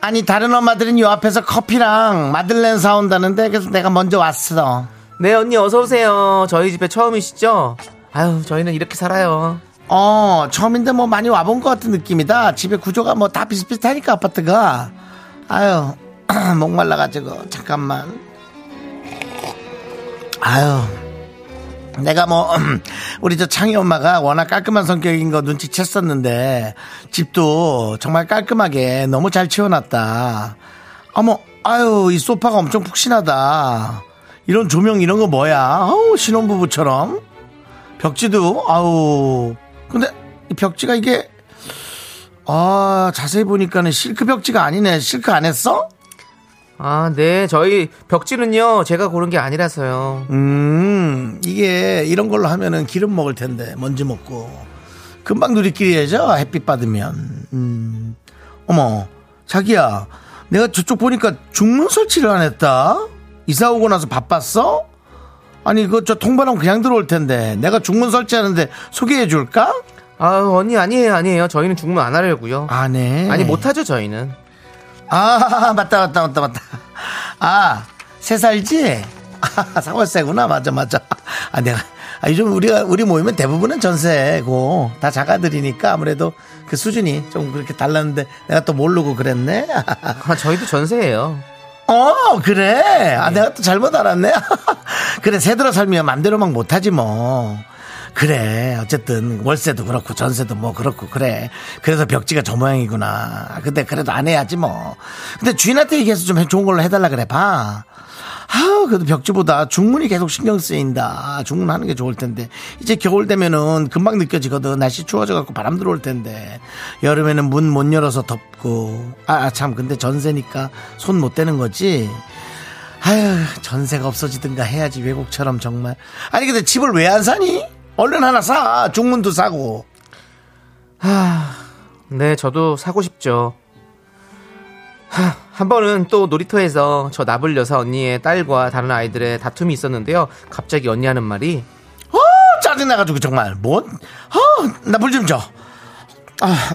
S1: 아니, 다른 엄마들은 요 앞에서 커피랑 마들렌 사온다는데 그래서 내가 먼저 왔어.
S2: 네 언니 어서 오세요. 저희 집에 처음이시죠? 아유 저희는 이렇게 살아요.
S1: 어, 처음인데 뭐 많이 와본 것 같은 느낌이다. 집에 구조가 뭐 다 비슷비슷하니까 아파트가. 아유, 목말라가지고, 잠깐만. 아유. 내가 뭐, 우리 저 창희 엄마가 워낙 깔끔한 성격인 거 눈치챘었는데, 집도 정말 깔끔하게 너무 잘 치워놨다. 어머, 아유, 이 소파가 엄청 푹신하다. 이런 조명 이런 거 뭐야? 아우, 신혼부부처럼. 벽지도 아우 근데 이 벽지가 이게 아 자세히 보니까는 실크 벽지가 아니네 실크 안 했어?
S2: 아 네 저희 벽지는요 제가 고른 게 아니라서요.
S1: 음 이게 이런 걸로 하면은 기름 먹을 텐데 먼지 먹고 금방 누리끼리 해져 햇빛 받으면 음 어머 자기야 내가 저쪽 보니까 중문 설치를 안 했다 이사 오고 나서 바빴어? 아니 그저 통바람 그냥 들어올 텐데 내가 중문 설치하는데 소개해 줄까?
S2: 아유 언니 뭐 아니에요 아니에요 저희는 죽으면 안 하려고요.
S1: 안해
S2: 아니 못하죠 저희는.
S1: 아, 맞다, 맞다, 맞다, 맞다. 아, 세 살지? 아, 상월세구나. 맞아, 맞아. 아, 내가. 아, 요즘 우리가, 우리 모이면 대부분은 전세고, 다 자가들이니까 아무래도 그 수준이 좀 그렇게 달랐는데 내가 또 모르고 그랬네.
S2: 아, 저희도 전세예요.
S1: 어, 그래. 아, 내가 또 잘못 알았네. 그래, 새들어 살면 맘대로 막 못하지 뭐. 그래. 어쨌든 월세도 그렇고 전세도 뭐 그렇고 그래. 그래서 벽지가 저 모양이구나. 아, 근데 그래도 안 해야지 뭐. 근데 주인한테 얘기해서 좀 해- 좋은 걸로 해달라 그래 봐. 아우 그래도 벽지보다 중문이 계속 신경 쓰인다. 아, 중문 하는 게 좋을 텐데 이제 겨울 되면은 금방 느껴지거든. 날씨 추워져 갖고 바람 들어올 텐데 여름에는 문 못 열어서 덥고 아 참 근데 전세니까 손 못 대는 거지. 아유 전세가 없어지든가 해야지 외국처럼 정말. 아니 근데 집을 왜 안 사니? 얼른 하나 사. 중문도 사고.
S2: 네, 저도 사고 싶죠. 하, 한 번은 또 놀이터에서 저 나불 여사 언니의 딸과 다른 아이들의 다툼이 있었는데요. 갑자기 언니 하는 말이
S1: 어 짜증나가지고 정말 뭔? 어나 물 좀 줘. 아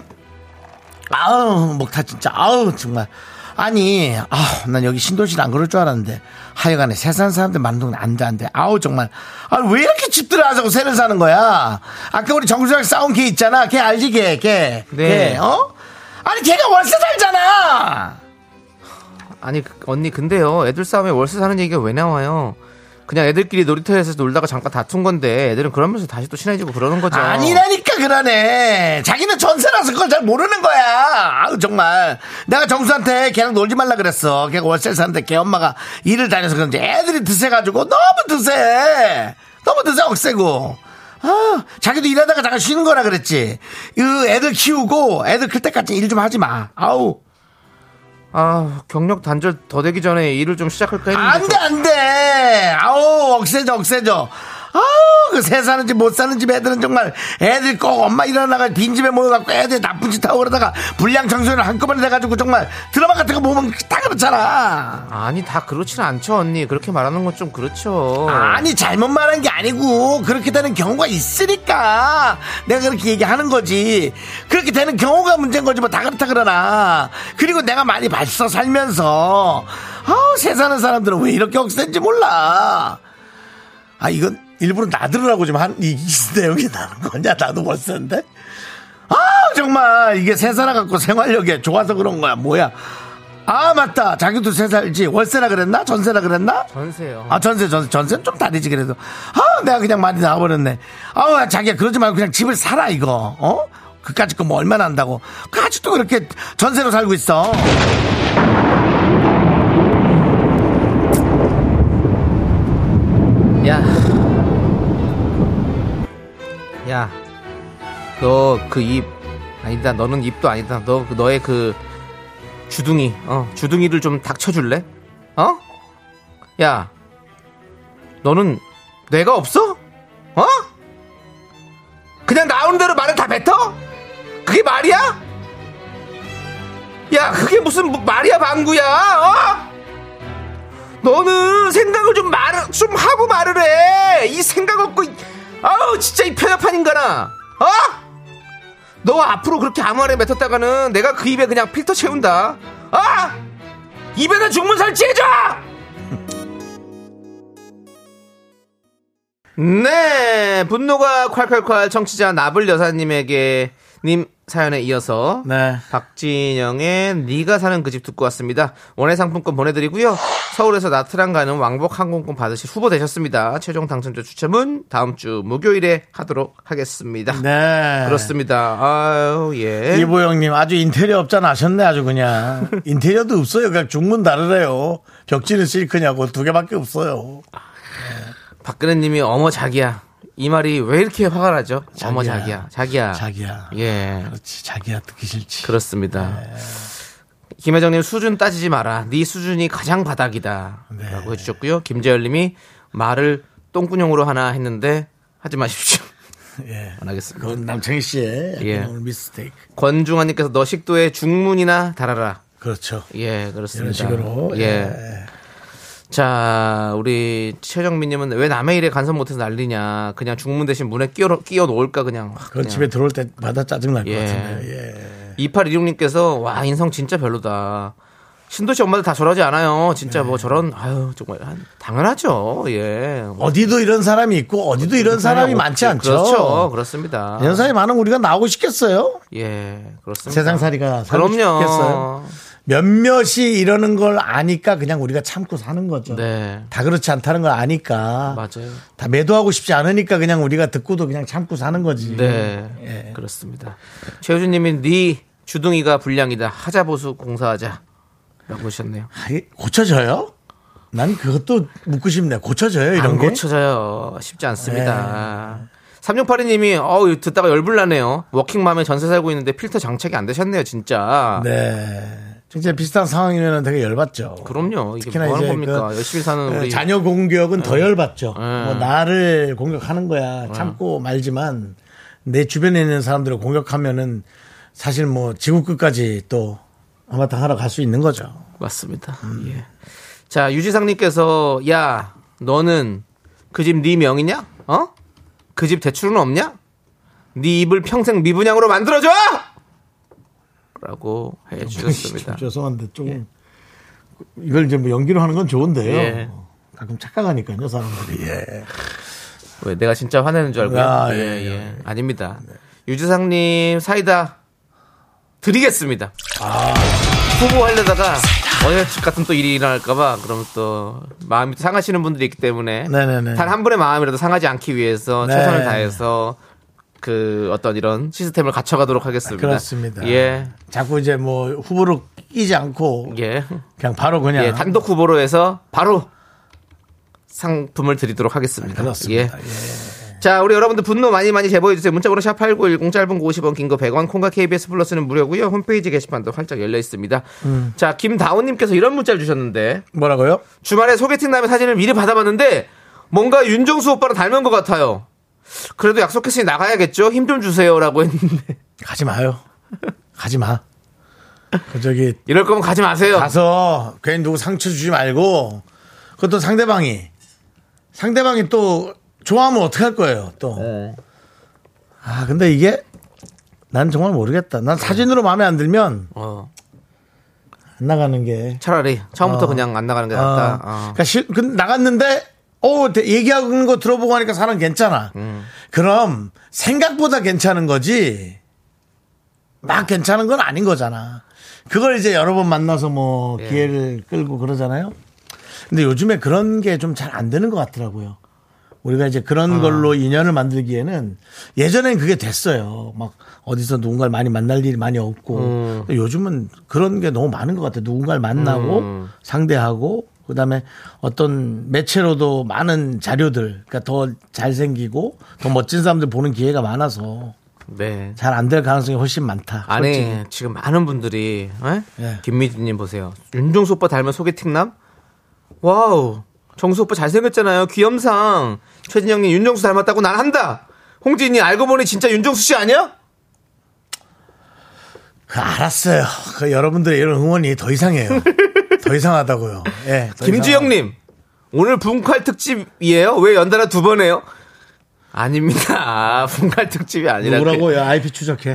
S1: 아우 목타 진짜 아우 정말 아니 아우 난 여기 신도시 안 그럴 줄 알았는데 하여간에 세산 사람들 많은 동네 안돼 안돼 아우 정말 아 왜 이렇게 집들을 안 사고 새를 사는 거야? 아까 우리 정수랑 싸운 걔 있잖아 걔 알지 걔 걔.
S2: 네.
S1: 걔, 어? 아니 걔가 월세 살잖아.
S2: 아니 그- 언니 근데요 애들 싸움에 월세 사는 얘기가 왜 나와요? 그냥 애들끼리 놀이터에서 놀다가 잠깐 다툰 건데 애들은 그러면서 다시 또 친해지고 그러는 거죠.
S1: 아니라니까 그러네. 자기는 전세라서 그걸 잘 모르는 거야. 아우 정말. 내가 정수한테 걔랑 놀지 말라 그랬어. 걔가 월세 사는데 걔 엄마가 일을 다녀서 그런지 애들이 드세가지고 너무 드세. 너무 드세 억세고. 아, 자기도 일하다가 잠깐 쉬는 거라 그랬지. 그 애들 키우고 애들 클 때까지 일 좀 하지 마. 아우.
S2: 아, 경력 단절 더 되기 전에 일을 좀 시작할까 했는데
S1: 안 돼, 안 돼. 아우, 억세져, 억세져. 아우, 그 새 사는지 못 사는지 애들은 정말 애들 꼭 엄마 일어나가 빈집에 모여갖고 애들 나쁜 짓 하고 그러다가 불량 청소를 한꺼번에 돼가지고 정말 드라마 같은 거 보면 다 그렇잖아.
S2: 아니 다 그렇진 않죠 언니 그렇게 말하는 건 좀 그렇죠.
S1: 아니, 잘못 말한 게 아니고 그렇게 되는 경우가 있으니까 내가 그렇게 얘기하는 거지. 그렇게 되는 경우가 문제인 거지 뭐 다 그렇다 그러나. 그리고 내가 많이 봤어, 살면서. 아우, 새 사는 사람들은 왜 이렇게 억센지 몰라. 아 이건 일부러 나들으라고 지금 한 이 내용이 나는 거냐 나도 벌써인데 아 정말 이게 세 살아 갖고 생활력이 좋아서 그런 거야 뭐야 아 맞다 자기도 세 살지 월세라 그랬나 전세라 그랬나
S2: 전세요.
S1: 아 전세 전세 전세는 좀 다르지 그래도 아 내가 그냥 많이 나와버렸네 아 자기야 그러지 말고 그냥 집을 사라 이거 어 그까짓 거뭐 얼마나 한다고 그 아직도 그렇게 전세로 살고 있어
S2: 야, 야, 너 그 입 아니다. 너는 입도 아니다. 너그 너의 그 주둥이, 어, 주둥이를 좀 닥쳐줄래? 어? 야, 너는 뇌가 없어? 어? 그냥 나오는 대로 말을 다 뱉어? 그게 말이야? 야, 그게 무슨 뭐 말이야 방구야? 어? 너는 생각을 좀 말을 좀 하고 말을 해. 이 생각 없고 이- 아우 진짜 이 편협한 인간아. 어? 너 앞으로 그렇게 아무 말에 뱉었다가는 내가 그 입에 그냥 필터 채운다. 아! 입에다 중문 설치해줘! 네, 분노가 콸콸콸 청취자 나불 여사님에게 님 사연에 이어서
S1: 네
S2: 박진영의 네가 사는 그 집 듣고 왔습니다. 원예 상품권 보내드리고요. 서울에서 나트랑 가는 왕복 항공권 받으실 후보 되셨습니다. 최종 당첨자 추첨은 다음 주 목요일에 하도록 하겠습니다.
S1: 네
S2: 그렇습니다. 아유 예.
S1: 이보영님 아주 인테리어 업자는 아셨네 아주 그냥 인테리어도 없어요 그냥 중문 다르래요 벽지는 실크냐고 두 개밖에 없어요
S2: 박근혜님이 어머 자기야 이 말이 왜 이렇게 화가 나죠? 어머 자기야 자기야
S1: 자기야
S2: 아, 예
S1: 그렇지 자기야 듣기 싫지
S2: 그렇습니다.
S1: 네.
S2: 김혜정님 수준 따지지 마라. 네 수준이 가장 바닥이다라고
S1: 네.
S2: 해주셨고요. 김재열님이 말을 똥구녕으로 하나 했는데 하지 마십시오.
S1: 예.
S2: 안 하겠습니다.
S1: 그건 남창희 씨의 약간
S2: 예.
S1: 오늘 미스테이크
S2: 권중환님께서 너 식도에 중문이나 달아라.
S1: 그렇죠
S2: 예, 그렇습니다.
S1: 이런 식으로
S2: 예.
S1: 예.
S2: 자, 우리 최정민님은 왜 남의 일에 간섭 못해서 난리냐. 그냥 중문 대신 문에 끼워, 끼워 놓을까 그냥. 확
S1: 그건
S2: 그냥.
S1: 집에 들어올 때마다 짜증 날 것
S2: 예.
S1: 같은데 예.
S2: 2816님께서 와 인성 진짜 별로다. 신도 씨 엄마들 다 저러지 않아요. 진짜 뭐 저런 아유 정말 한- 당연하죠. 예.
S1: 네. 어디도 이런 사람이 있고 어디도 이런 사람이 많지 않죠.
S2: 뭐 그렇죠. 그렇습니다.
S1: 이런 사람이 많은 우리가 나오고 싶겠어요?
S2: 예, 그렇습니다.
S1: 세상살이가 살고
S2: 그럼요.
S1: 싶겠어요? 몇몇이 이러는 걸 아니까 그냥 우리가 참고 사는 거죠.
S2: 네.
S1: 다 그렇지 않다는 걸 아니까
S2: 맞아요.
S1: 다 매도하고 싶지 않으니까 그냥 우리가 듣고도 그냥 참고 사는 거지.
S2: 네.
S1: 예.
S2: 그렇습니다. 최효준 님이 네 주둥이가 불량이다. 하자 보수 공사하자. 라고 하셨네요.
S1: 아이, 고쳐져요? 난 그것도 묻고 싶네. 고쳐져요 이런 네.
S2: 안
S1: 게?
S2: 고쳐져요. 쉽지 않습니다. 3682님이 어우 듣다가 열불나네요. 워킹맘에 전세 살고 있는데 필터 장착이 안 되셨네요, 진짜.
S1: 네. 진짜 비슷한 상황이면 되게 열받죠.
S2: 그럼요. 이게
S1: 특히나
S2: 뭐 하는
S1: 이제
S2: 겁니까?
S1: 그,
S2: 열심히 사는
S1: 어,
S2: 우리
S1: 자녀 공격은 더 열받죠.
S2: 네.
S1: 뭐 나를 공격하는 거야 참고 말지만 내 주변에 있는 사람들을 공격하면은 사실 뭐 지구 끝까지 또 아마당하러 갈 수 있는 거죠.
S2: 맞습니다.
S1: 음.
S2: 예. 자, 유지상님께서 야, 너는 그 집 네 명이냐? 어? 그 집 대출은 없냐? 네 입을 평생 미분양으로 만들어줘! 라고 해주셨습니다.
S1: 죄송한데 조금 이걸 이제 뭐 연기로 하는 건 좋은데요.
S2: 예.
S1: 가끔 착각하니까요 사람들이. 예.
S2: 왜 내가 진짜 화내는 줄 알고요?
S1: 아, 예,
S2: 예, 예. 아닙니다. 유지상님 사이다 드리겠습니다.
S1: 아.
S2: 후보하려다가 어여측 같은 또 일이 일어날까봐 그럼 또 마음이 또 상하시는 분들이 있기 때문에
S1: 네네네.
S2: 단 한 분의 마음이라도 상하지 않기 위해서
S1: 네.
S2: 최선을 다해서 그 어떤 이런 시스템을 갖춰가도록 하겠습니다.
S1: 그렇습니다.
S2: 예,
S1: 자꾸 이제 뭐 후보로 끼지 않고
S2: 예,
S1: 그냥 바로 그냥
S2: 예. 단독 후보로 해서 바로 상품을 드리도록 하겠습니다. 예.
S1: 그렇습니다. 예.
S2: 자, 우리 여러분들 분노 많이 많이 제보해 주세요. 문자번호 샵 8910 짧은 거 50원, 긴 거 100원, 콩과 KBS 플러스는 무료고요. 홈페이지 게시판도 활짝 열려 있습니다. 자, 김다운 님께서 이런 문자를 주셨는데
S1: 뭐라고요?
S2: 주말에 소개팅 남의 사진을 미리 받아봤는데 뭔가 윤정수 오빠랑 닮은 것 같아요. 그래도 약속했으니 나가야겠죠? 힘 좀 주세요라고 했는데
S1: 가지 마요. 가지 마. 그 저기
S2: 이럴 거면 가지 마세요.
S1: 가서 괜히 누구 상처 주지 말고 그것도 상대방이 상대방이 또 좋아하면 어떡할 거예요 또. 아 근데 이게 난 정말 모르겠다. 난 사진으로 마음에 안 들면
S2: 어,
S1: 안 나가는 게.
S2: 차라리 처음부터
S1: 어.
S2: 그냥 안 나가는 게
S1: 아,
S2: 낫다. 어.
S1: 그러니까 실, 근 나갔는데 어 얘기하는 거 들어보고 하니까 사람 괜찮아.
S2: 음.
S1: 그럼 생각보다 괜찮은 거지. 막 괜찮은 건 아닌 거잖아. 그걸 이제 여러 번 만나서 뭐
S2: 예.
S1: 기회를 끌고 그러잖아요. 근데 요즘에 그런 게 좀 잘 안 되는 것 같더라고요. 우리가 이제
S2: 아.
S1: 그런 걸로 인연을 만들기에는 예전엔 그게 됐어요. 막 어디서 누군가를 많이 만날 일이 많이 없고
S2: 음.
S1: 근데 요즘은 그런 게 너무 많은 것 같아요. 누군가를 만나고
S2: 음.
S1: 상대하고 그다음에 어떤 매체로도 많은 자료들 그러니까 더 잘생기고 더 멋진 사람들 보는 기회가 많아서
S2: 네.
S1: 잘 안 될 가능성이 훨씬 많다.
S2: 아니
S1: 솔직히.
S2: 지금 많은 분들이 에?
S1: 예.
S2: 김미진님 보세요. 윤종수 오빠 닮은 소개팅남. 와우 정수 오빠 잘생겼잖아요. 귀염상 최진영님 윤종수 닮았다고 난 한다. 홍진이 알고 보니 진짜 윤종수 씨 아니야?
S1: 그 알았어요. 그 여러분들의 이런 응원이 더 이상해요. 더 이상하다고요. 예. 더 이상하고.
S2: 김지영님 오늘 분칼 특집이에요. 왜 연달아 두 번 해요? 아닙니다. 분칼 특집이 아니라
S1: 뭐라고 야 IP 추적해.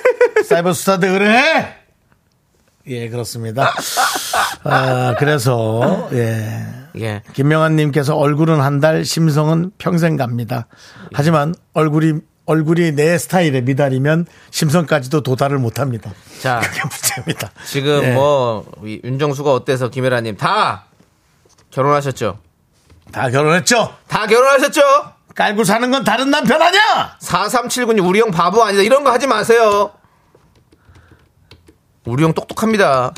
S1: 사이버 수사대 그래. 예, 그렇습니다. 아, 그래서 예.
S2: 예.
S1: 김명환 님께서 얼굴은 한 달, 심성은 평생 갑니다. 하지만 얼굴이 얼굴이 내 스타일에 미달이면 심성까지도 도달을 못 합니다.
S2: 자
S1: 그게 문제입니다.
S2: 지금
S1: 예,
S2: 뭐이 윤정수가 어때서 김혜라님 다 결혼하셨죠?
S1: 다 결혼했죠?
S2: 다 결혼하셨죠?
S1: 깔고 사는 건 다른 남편 아니야?
S2: 4379님 우리 형 바보 아니다 이런 거 하지 마세요 우리 형 똑똑합니다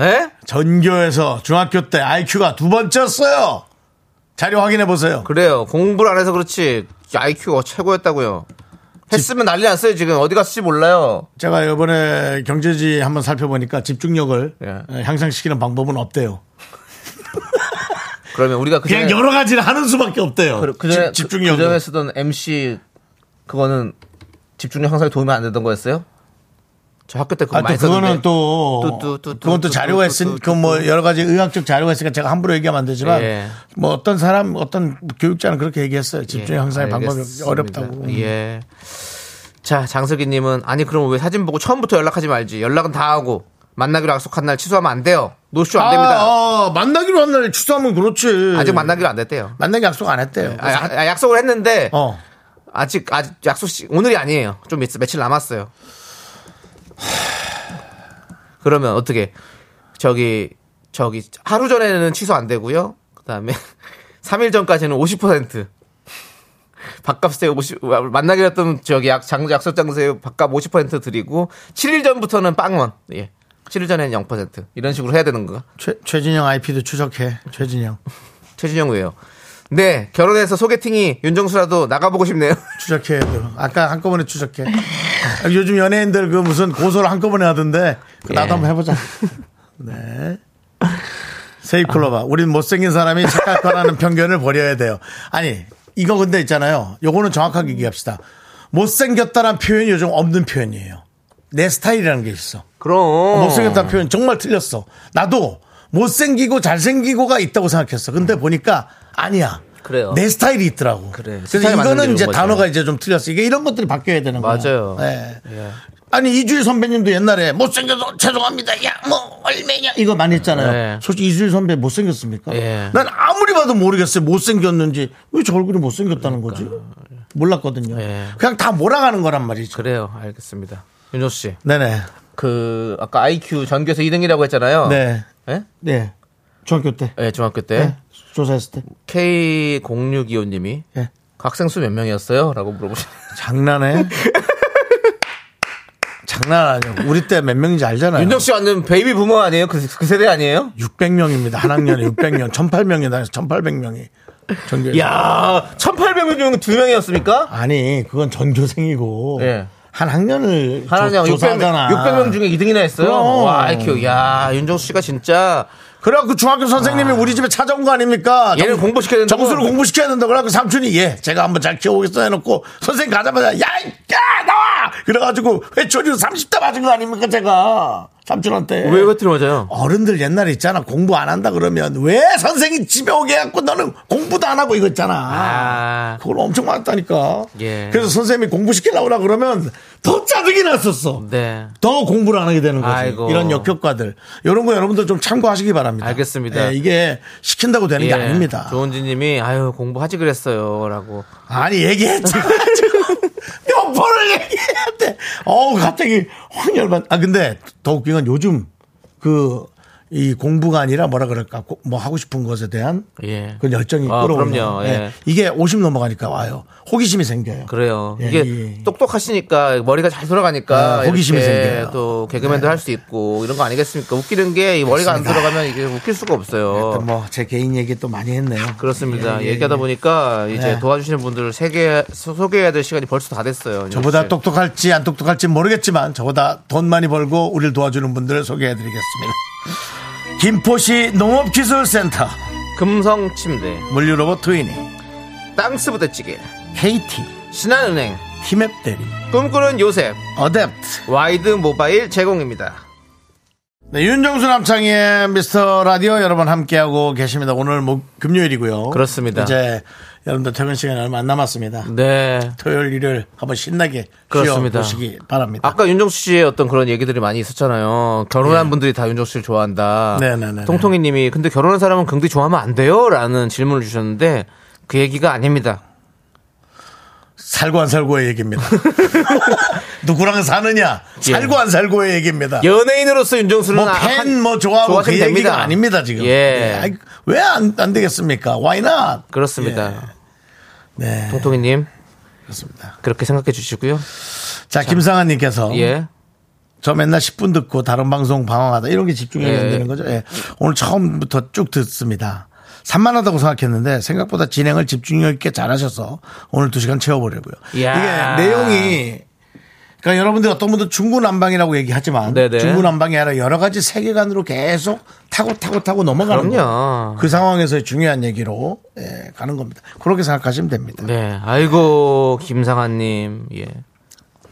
S2: 에?
S1: 전교에서 중학교 때 IQ가 두 번째였어요. 자료 확인해 보세요.
S2: 그래요 공부를 안 해서 그렇지 IQ가 최고였다고요 했으면 난리 났어요 지금 어디 갔을지 몰라요
S1: 제가 이번에 경제지 한번 살펴보니까 집중력을
S2: 예.
S1: 어, 향상시키는 방법은 없대요.
S2: 그러면 우리가 그
S1: 그냥
S2: 전에
S1: 여러 가지를 하는 수밖에 없대요.
S2: 그, 그 전에
S1: 집- 집중력을.
S2: 그 전에 쓰던 MC 그거는 집중력 향상에 도움이 안 되던 거였어요? 저 학교 때 그거
S1: 아,
S2: 많이
S1: 또 그거는
S2: 썼는데
S1: 또,
S2: 또, 또, 또, 또,
S1: 그건 또
S2: 또,
S1: 자료가
S2: 또,
S1: 있으니
S2: 또,
S1: 그 뭐 여러 가지 의학적 자료가 있으니까 제가 함부로 얘기하면 안 되지만
S2: 예.
S1: 뭐 어떤 사람 어떤 교육자는 그렇게 얘기했어요. 집중 력 향상의 방법이
S2: 예, 알겠습니다.
S1: 어렵다고. 음.
S2: 예. 자, 장석희님은 아니 그럼 왜 사진 보고 처음부터 연락하지 말지. 연락은 다 하고 만나기로 약속한 날 취소하면 안 돼요. 노쇼 안
S1: 아,
S2: 됩니다.
S1: 아, 만나기로 한 날 취소하면 그렇지.
S2: 아직 만나기로 안 됐대요.
S1: 만나기 약속 안 했대요.
S2: 아, 아, 약속을 했는데
S1: 어.
S2: 아직 아직 약속 시, 오늘이 아니에요. 좀 있, 며칠 남았어요. 그러면 어떻게 저기 저기 하루 전에는 취소 안 되고요. 그다음에 3일 전까지는 50% 밥값 세요 50 만나기로 했던 저기 약 장, 약속 장세요 밥값 50% 드리고 7일 전부터는 빵원 예. 7일 전에는 0% 이런 식으로 해야 되는 거가
S1: 최, 최진영 IP도 추적해. 최진영.
S2: 최진영 의요. 네 결혼해서 소개팅이 윤정수라도 나가보고 싶네요.
S1: 추적해야 돼요. 아까 한꺼번에 추적해. 아, 요즘 연예인들 그 무슨 고소를 한꺼번에 하던데 그 나도
S2: 예.
S1: 한번 해보자. 네. 세이클로바. 우린 못생긴 사람이 착각하라는 편견을 버려야 돼요. 아니 이거 근데 있잖아요. 요거는 정확하게 얘기합시다. 못생겼다는 표현이 요즘 없는 표현이에요. 내 스타일이라는 게 있어.
S2: 그럼
S1: 못생겼다는 표현 정말 틀렸어. 나도 못생기고 잘생기고가 있다고 생각했어. 근데 보니까 아니야.
S2: 그래요.
S1: 내 스타일이 있더라고.
S2: 그래.
S1: 서
S2: 스타일 맞는
S1: 이거는
S2: 게
S1: 이제
S2: 좋은 거죠.
S1: 단어가 이제 좀 틀렸어. 이게 이런 것들이 바뀌어야 되는 거야.
S2: 맞아요.
S1: 예. 아니 이주일 선배님도 옛날에 못생겨서 죄송합니다. 야 뭐 얼마냐 이거 많이 했잖아요.
S2: 네.
S1: 솔직히 이주일 선배 못생겼습니까?
S2: 예.
S1: 난 아무리 봐도 모르겠어요. 못생겼는지 왜 저 얼굴이 못생겼다는 거지? 몰랐거든요.
S2: 그러니까. 예.
S1: 그냥 다 몰아가는 거란 말이죠.
S2: 그래요. 알겠습니다. 윤정수 씨.
S1: 네네.
S2: 그 아까 IQ 전교에서 2등이라고 했잖아요.
S1: 네.
S2: 예?
S1: 네. 중학교 때.
S2: 예, 중학교
S1: 네.
S2: 때
S1: 조사했을 때.
S2: K0625 님이
S1: 예.
S2: 학생 수 몇 명이었어요? 라고 물어보시.
S1: 장난해? 장난 아니야. 우리 때 몇 명인지 알잖아요.
S2: 윤정수 씨 완전 베이비 부모 아니에요? 그, 그 세대 아니에요?
S1: 600명입니다. 한 학년에 600명. 1800명이 다녀서 1800명이. 전교.
S2: 야, 1800명 중 2명이었습니까?
S1: 아, 아니, 그건 전교생이고.
S2: 예.
S1: 한 학년을 조-
S2: 하나냐 600,
S1: 조사하잖아.
S2: 600명 중에 2등이나 했어요.
S1: 그럼.
S2: 와, IQ. 야, 윤정수 씨가 진짜
S1: 그래갖고 중학교 선생님이 우리 집에 찾아온 거 아닙니까?
S2: 얘는 공부시켜야 된다고?
S1: 점수를 공부시켜야 된다고 그래갖고 삼촌이 예, 제가 한번 잘 키워보겠어 해놓고 선생님 가자마자 야, 이- 야, 나와! 그래가지고 회초리로 30대 맞은 거 아닙니까, 제가? 삼촌한테.
S2: 왜 이것들이 맞아요?
S1: 어른들 옛날에 있잖아 공부 안 한다 그러면 왜 선생이 집에 오게 해갖고 너는 공부도 안 하고 이거 있잖아
S2: 아.
S1: 그걸 엄청 많았다니까
S2: 예.
S1: 그래서 선생님이 공부시키려고 그러라 그러면 더 짜증이 났었어
S2: 네.
S1: 더 공부를 안 하게 되는 거지
S2: 아이고.
S1: 이런 역효과들 이런 거 여러분들 좀 참고하시기 바랍니다
S2: 알겠습니다.
S1: 예, 이게 시킨다고 되는 게
S2: 예,
S1: 아닙니다
S2: 조은지 님이 아유, 공부하지 그랬어요. 라고.
S1: 아니 얘기했지 몇 번을 얘기해야 돼 어우 갑자기 확 열받 아 근데 더 웃긴 건 요즘 그 이 공부가 아니라 뭐라 그럴까 고- 뭐 하고 싶은 것에 대한
S2: 예.
S1: 그런 열정이
S2: 아,
S1: 끌어오는
S2: 그럼요.
S1: 거예요. 예.
S2: 예.
S1: 이게 50 넘어가니까 와요 호기심이 생겨요
S2: 그래요.
S1: 예,
S2: 이게
S1: 예.
S2: 똑똑하시니까 머리가 잘 돌아가니까
S1: 아, 호기심이
S2: 이렇게
S1: 생겨요. 네.
S2: 또 개그맨도 할 수 있고 이런 거 아니겠습니까? 웃기는 게이 머리가 안
S1: 그렇습니다.
S2: 들어가면 이게 웃길 수가 없어요.
S1: 뭐제 개인 얘기 또 많이 했네요
S2: 그렇습니다.
S1: 예, 예,
S2: 얘기하다
S1: 예.
S2: 보니까 이제
S1: 예.
S2: 도와주시는 분들 세개 소개해야 될 시간이 벌써 다 됐어요.
S1: 저보다
S2: 역시.
S1: 똑똑할지 안 똑똑할지 모르겠지만 저보다 돈 많이 벌고 우리를 도와주는 분들을 소개해드리겠습니다 김포시 농업기술센터
S2: 금성 침대,
S1: 물류로봇 트위닝
S2: 땅스 부대찌개,
S1: KT,
S2: 신한은행,
S1: 힘앱 대리,
S2: 꿈꾸는 요셉,
S1: 어댑트.
S2: 와이드 모바일 제공입니다.
S1: 네, 윤정수 남창희의 미스터 라디오 여러분 함께하고 계십니다. 오늘 목, 금요일이고요.
S2: 그렇습니다.
S1: 이제 여러분들 퇴근 시간이 얼마 안 남았습니다.
S2: 네.
S1: 토요일, 일요일 한번 신나게
S2: 그렇습니다.
S1: 쉬어보시기 바랍니다.
S2: 아까 윤정수 씨의 어떤 그런 얘기들이 많이 있었잖아요. 결혼한 분들이 다 윤정수 씨를 좋아한다.
S1: 예. 네네네네.
S2: 통통이 님이 근데 결혼한 사람은 긍디 좋아하면 안 돼요? 라는 질문을 주셨는데 그 얘기가 아닙니다.
S1: 살고 안 살고의 얘기입니다. 누구랑 사느냐? 살고 안 살고의 얘기입니다.
S2: 연예인으로서 윤정수는 아,
S1: 뭐 팬 뭐
S2: 예. 한-
S1: 좋아하고 그
S2: 좋아하시면
S1: 얘기가
S2: 됩니다.
S1: 아닙니다 지금.
S2: 예.
S1: 왜 안 되겠습니까? Why not? 예.
S2: 그렇습니다.
S1: 네,
S2: 통통이 님
S1: 그렇습니다.
S2: 그렇게 생각해 주시고요.
S1: 자, 김상아님께서
S2: 예.
S1: 저 맨날 10분 듣고 다른 방송 방황하다 이런 게 집중이
S2: 예.
S1: 안 되는 거죠. 예. 오늘 처음부터 쭉 듣습니다. 산만하다고 생각했는데 생각보다 진행을 집중력 있게 잘하셔서 오늘 2시간 채워보려고요.
S2: 이야.
S1: 이게 내용이 그러니까 여러분들 어떤 분들 중구난방이라고 얘기하지만
S2: 네네.
S1: 중구난방이 아니라 여러 가지 세계관으로 계속 타고 타고 타고 넘어가는
S2: 그럼요.
S1: 거예요. 그 상황에서의 중요한 얘기로 예, 가는 겁니다. 그렇게 생각하시면 됩니다.
S2: 네. 아이고 김상환 님. 예.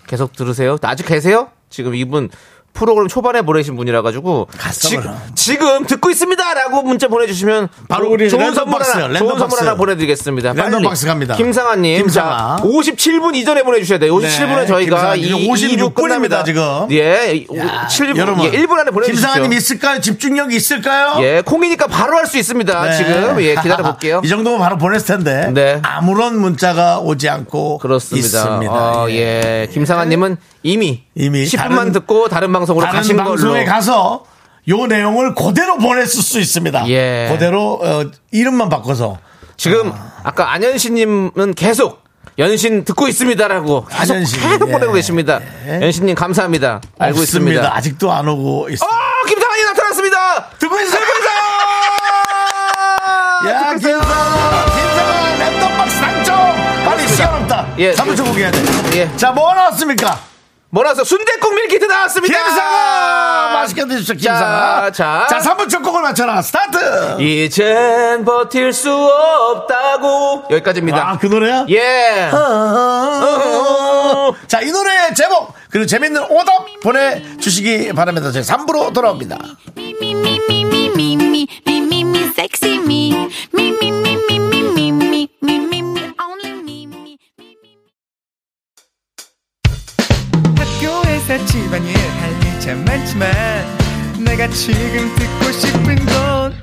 S2: 계속 들으세요. 아직 계세요? 지금 이분 프로그램 초반에 보내신 분이라 가지고
S1: 가슴으로.
S2: 지금 듣고 있습니다라고 문자 보내주시면 바로
S1: 우리
S2: 좋은
S1: 랜덤
S2: 선물
S1: 박스,
S2: 하나
S1: 랜덤
S2: 좋은 선물
S1: 박스.
S2: 하나 보내드리겠습니다.
S1: 랜덤
S2: 빨리.
S1: 박스 갑니다.
S2: 김상아님,
S1: 김상아. 네,
S2: 자 57분 이전에 보내주셔야 돼요. 57분에 저희가
S1: 김상아님,
S2: 이
S1: 56
S2: 56
S1: 분입니다,
S2: 끝납니다
S1: 지금.
S2: 예, 7분
S1: 여러분,
S2: 예, 1분 안에 보내주십시오.
S1: 김상아님 있을까요? 집중력이 있을까요?
S2: 예, 콩이니까 바로 할 수 있습니다.
S1: 네.
S2: 지금 예, 기다려 볼게요.
S1: 이 정도면 바로 보냈을 텐데
S2: 네.
S1: 아무런 문자가 오지 않고
S2: 그렇습니다.
S1: 있습니다.
S2: 아, 예. 김상아님은 이미,
S1: 이미
S2: 10분만
S1: 다른-
S2: 듣고 다른 방송으로
S1: 다른
S2: 가신 걸로.
S1: 방송에 가서 요 내용을 그대로 보냈을 수 있습니다.
S2: 예.
S1: 그대로 어, 이름만 바꿔서
S2: 지금 아까 안현신님은 계속 연신 듣고 있습니다라고 계속
S1: 안현신,
S2: 계속
S1: 예.
S2: 보내고 계십니다.
S1: 예.
S2: 연신님 감사합니다. 알고
S1: 없습니다.
S2: 있습니다.
S1: 아직도 안 오고 있습니다.
S2: 어, 김상아님 나타났습니다.
S1: 듣고 있어요. 야, 예.
S2: 듣고 있어요.
S1: 김상아, 김상아, 랜덤 박스 당첨! 빨리 시간 없다.
S2: 예.
S1: 3분 초국해야 돼.
S2: 예.
S1: 자, 뭐 나왔습니까?
S2: 뭐라서 순대국 밀키트 나왔습니다.
S1: 김상아! 맛있게 드십시오, 김상아.
S2: 자,
S1: 자,
S2: 자.
S1: 3분 초국을 맞춰라. 스타트!
S2: 이젠 버틸 수 없다고 여기까지입니다.
S1: 아, 그 노래야? 어,
S2: 예.
S1: 자, 이 노래의 제목, 그리고 재밌는 오답 보내주시기 바랍니다. 저희 3부로 돌아옵니다.
S8: 학교에서 집안일 할 일 참 많지만 내가 지금 듣고 싶은 건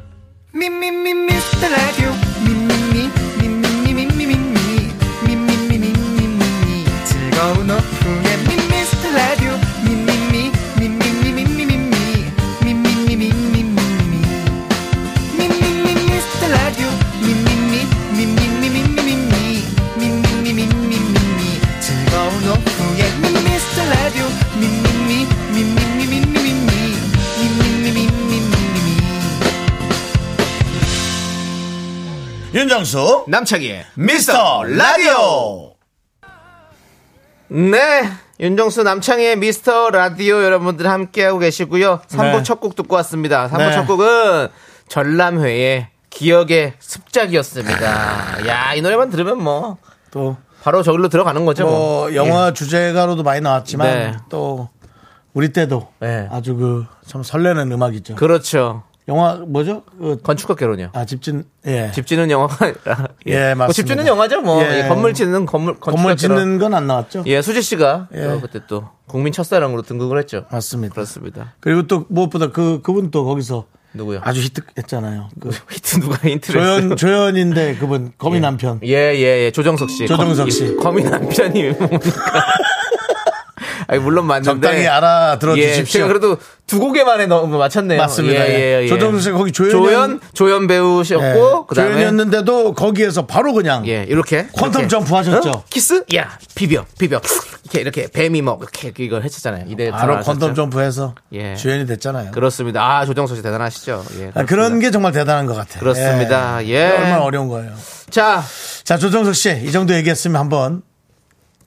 S8: 미미미 미스터 라디오 미미미 미미미 미미미 미미미 미미미 즐거운 오후에 미스터 라디오 미미미 미미미 미미미 미미미 미미미 미미미 미스터 라디오 미미미 미미미 미미미 미미미 미미미 즐거운 오후에 미스터 라디오 미미미 미미미 미미미 미미미 미미미
S1: 윤정수,
S2: 남창희의
S1: 미스터 라디오!
S2: 네. 윤정수 남창희의 미스터 라디오 여러분들 함께하고 계시고요. 3부
S1: 네.
S2: 첫 곡 듣고 왔습니다. 3부
S1: 네.
S2: 첫 곡은 전람회의 기억의 습작이었습니다. 야, 이 노래만 들으면 뭐
S1: 또,
S2: 바로 저길로 들어가는 거죠. 뭐.
S1: 뭐, 영화 주제가로도 많이 나왔지만,
S2: 네.
S1: 또, 우리 때도
S2: 네.
S1: 아주 그, 참 설레는 음악이죠.
S2: 그렇죠.
S1: 영화 뭐죠? 그,
S2: 건축학 개론이요.
S1: 아, 집진, 예.
S2: 집 짓는 영화가 아니라
S1: 예, 맞습니다.
S2: 집 짓는 영화죠. 뭐
S1: 예.
S2: 예, 건물 짓는 건물 건축학
S1: 건물
S2: 개론.
S1: 짓는 건 안 나왔죠?
S2: 예, 수지 씨가
S1: 예.
S2: 또 그때 또 국민 첫사랑으로 등극을 했죠.
S1: 맞습니다.
S2: 그렇습니다.
S1: 그리고 또 무엇보다 그, 그분 또 거기서
S2: 누구요?
S1: 아주 히트했잖아요. 그
S2: 히트 누가 힌트를
S1: 조연,
S2: 했어요?
S1: 조연인데 그분, 거미 남편.
S2: 예, 예, 예. 조정석 씨.
S1: 조정석
S2: 검-
S1: 씨.
S2: 거미 남편이 뭡니까? 아니, 물론 맞는데.
S1: 적당히 알아들어
S2: 예,
S1: 주십시오.
S2: 제가 그래도 두 곡에만에 너무 뭐 맞췄네요.
S1: 맞습니다.
S2: 예, 예, 예.
S1: 조정석 씨가 거기 조연이-
S2: 조연, 조연 배우셨고, 그 다음에.
S1: 예. 조연이었는데도 거기에서 바로 그냥
S2: 예, 이렇게.
S1: 퀀텀
S2: 이렇게.
S1: 점프 하셨죠?
S2: 어? 키스? 야, 비벼, 비벼. 이렇게, 이렇게, 뱀이 뭐, 이렇게, 이걸 했었잖아요. 이대
S1: 바로 퀀텀 점프해서
S2: 예.
S1: 주연이 됐잖아요.
S2: 그렇습니다. 아, 조정석 씨 대단하시죠. 예.
S1: 아, 그런 게 정말 대단한 것 같아요.
S2: 그렇습니다. 예.
S1: 얼마나 어려운 거예요.
S2: 자,
S1: 자, 조정석 씨, 이 정도 얘기했으면 한번